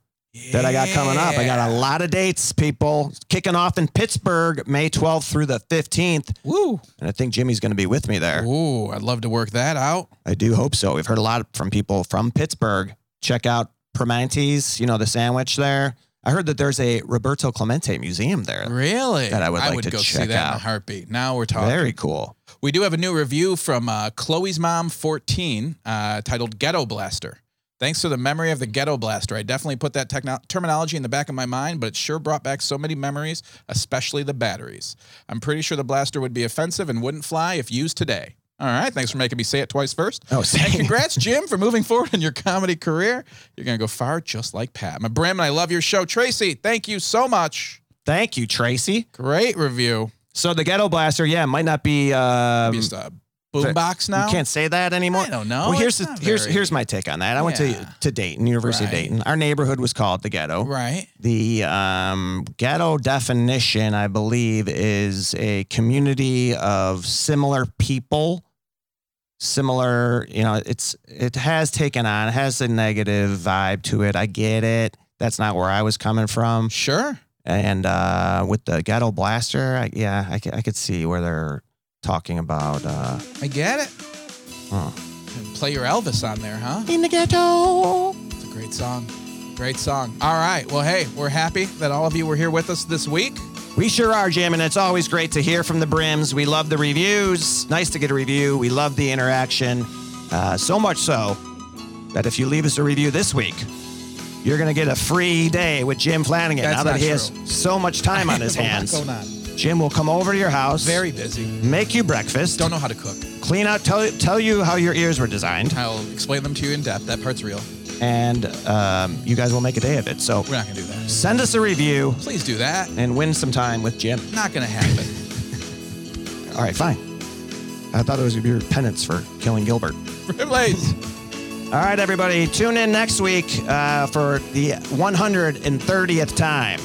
Speaker 1: that I got coming up. I got a
Speaker 2: Yeah.
Speaker 1: lot of dates, people. Kicking off in Pittsburgh, May 12th through the 15th.
Speaker 2: Woo.
Speaker 1: And I think Jimmy's going to be with me there.
Speaker 2: Ooh, I'd love to work that out.
Speaker 1: I do hope so. We've heard a lot from people from Pittsburgh. Check out Permante's, you know, the sandwich there. I heard that there's a Roberto Clemente museum there.
Speaker 2: Really?
Speaker 1: That I would like to
Speaker 2: go see
Speaker 1: check
Speaker 2: that in a
Speaker 1: out.
Speaker 2: heartbeat. Now we're talking.
Speaker 1: Very cool.
Speaker 2: We do have a new review from uh, Chloe's mom 14 uh, titled Ghetto Blaster. Thanks for the memory of the Ghetto Blaster. I definitely put that techno- terminology in the back of my mind, but it sure brought back so many memories, especially the batteries. I'm pretty sure the blaster would be offensive and wouldn't fly if used today. All right, thanks for making me say it twice first.
Speaker 1: Oh,
Speaker 2: And
Speaker 1: thank
Speaker 2: congrats, Jim, for moving forward in your comedy career. You're going to go far just like Pat. My Bram, and I love your show. Tracy, thank you so much.
Speaker 1: Thank you, Tracy.
Speaker 2: Great review.
Speaker 1: So the Ghetto Blaster, yeah, might not be. Um,
Speaker 2: Just a boombox now.
Speaker 1: You can't say that anymore.
Speaker 2: I don't know.
Speaker 1: Well, here's
Speaker 2: It's
Speaker 1: the,
Speaker 2: not
Speaker 1: here's
Speaker 2: very-
Speaker 1: here's my take on that. I went
Speaker 2: Yeah.
Speaker 1: to to Dayton, University of
Speaker 2: Right.
Speaker 1: Dayton. Our neighborhood was called the ghetto.
Speaker 2: Right.
Speaker 1: The um, ghetto definition, I believe, is a community of similar people. Similar, you know, it's it has taken on, it has a negative vibe to it. I get it. That's not where I was coming from.
Speaker 2: Sure.
Speaker 1: and uh, with the ghetto blaster, I, yeah, I, c- I could see where they're talking about uh,
Speaker 2: I get it.
Speaker 1: Huh.
Speaker 2: Play your Elvis on there, huh?
Speaker 1: in the ghetto.
Speaker 2: It's a great song. Great song. All right. Well, hey, we're happy that all of you were here with us this week.
Speaker 1: We sure are, Jim, and it's always great to hear from the brims. We love the reviews. Nice to get a review. We love the interaction. Uh, so much so that if you leave us a review this week, you're going to get a free day with Jim Flanagan.
Speaker 2: That's
Speaker 1: now that
Speaker 2: not
Speaker 1: he has
Speaker 2: true.
Speaker 1: so much time on his
Speaker 2: There's a lot
Speaker 1: hands,
Speaker 2: Going on.
Speaker 1: Jim will come over to your house,
Speaker 2: Very busy.
Speaker 1: make you breakfast,
Speaker 2: Don't know how to cook.
Speaker 1: clean out, tell, tell you how your ears were designed,
Speaker 2: I'll explain them to you in depth. That part's real.
Speaker 1: and um, you guys will make a day of it. So
Speaker 2: We're not going to do that.
Speaker 1: send us a review
Speaker 2: Please do that.
Speaker 1: and win some time with Jim.
Speaker 2: Not going to happen.
Speaker 1: All right, fine. I thought it was going to be your penance for killing Gilbert.
Speaker 2: Please.
Speaker 1: All right, everybody, tune in next week uh, for the 130th time.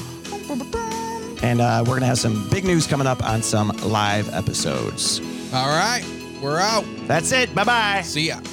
Speaker 1: And uh, we're going to have some big news coming up on some live episodes.
Speaker 2: All right. We're out.
Speaker 1: That's it. Bye bye.
Speaker 2: See ya.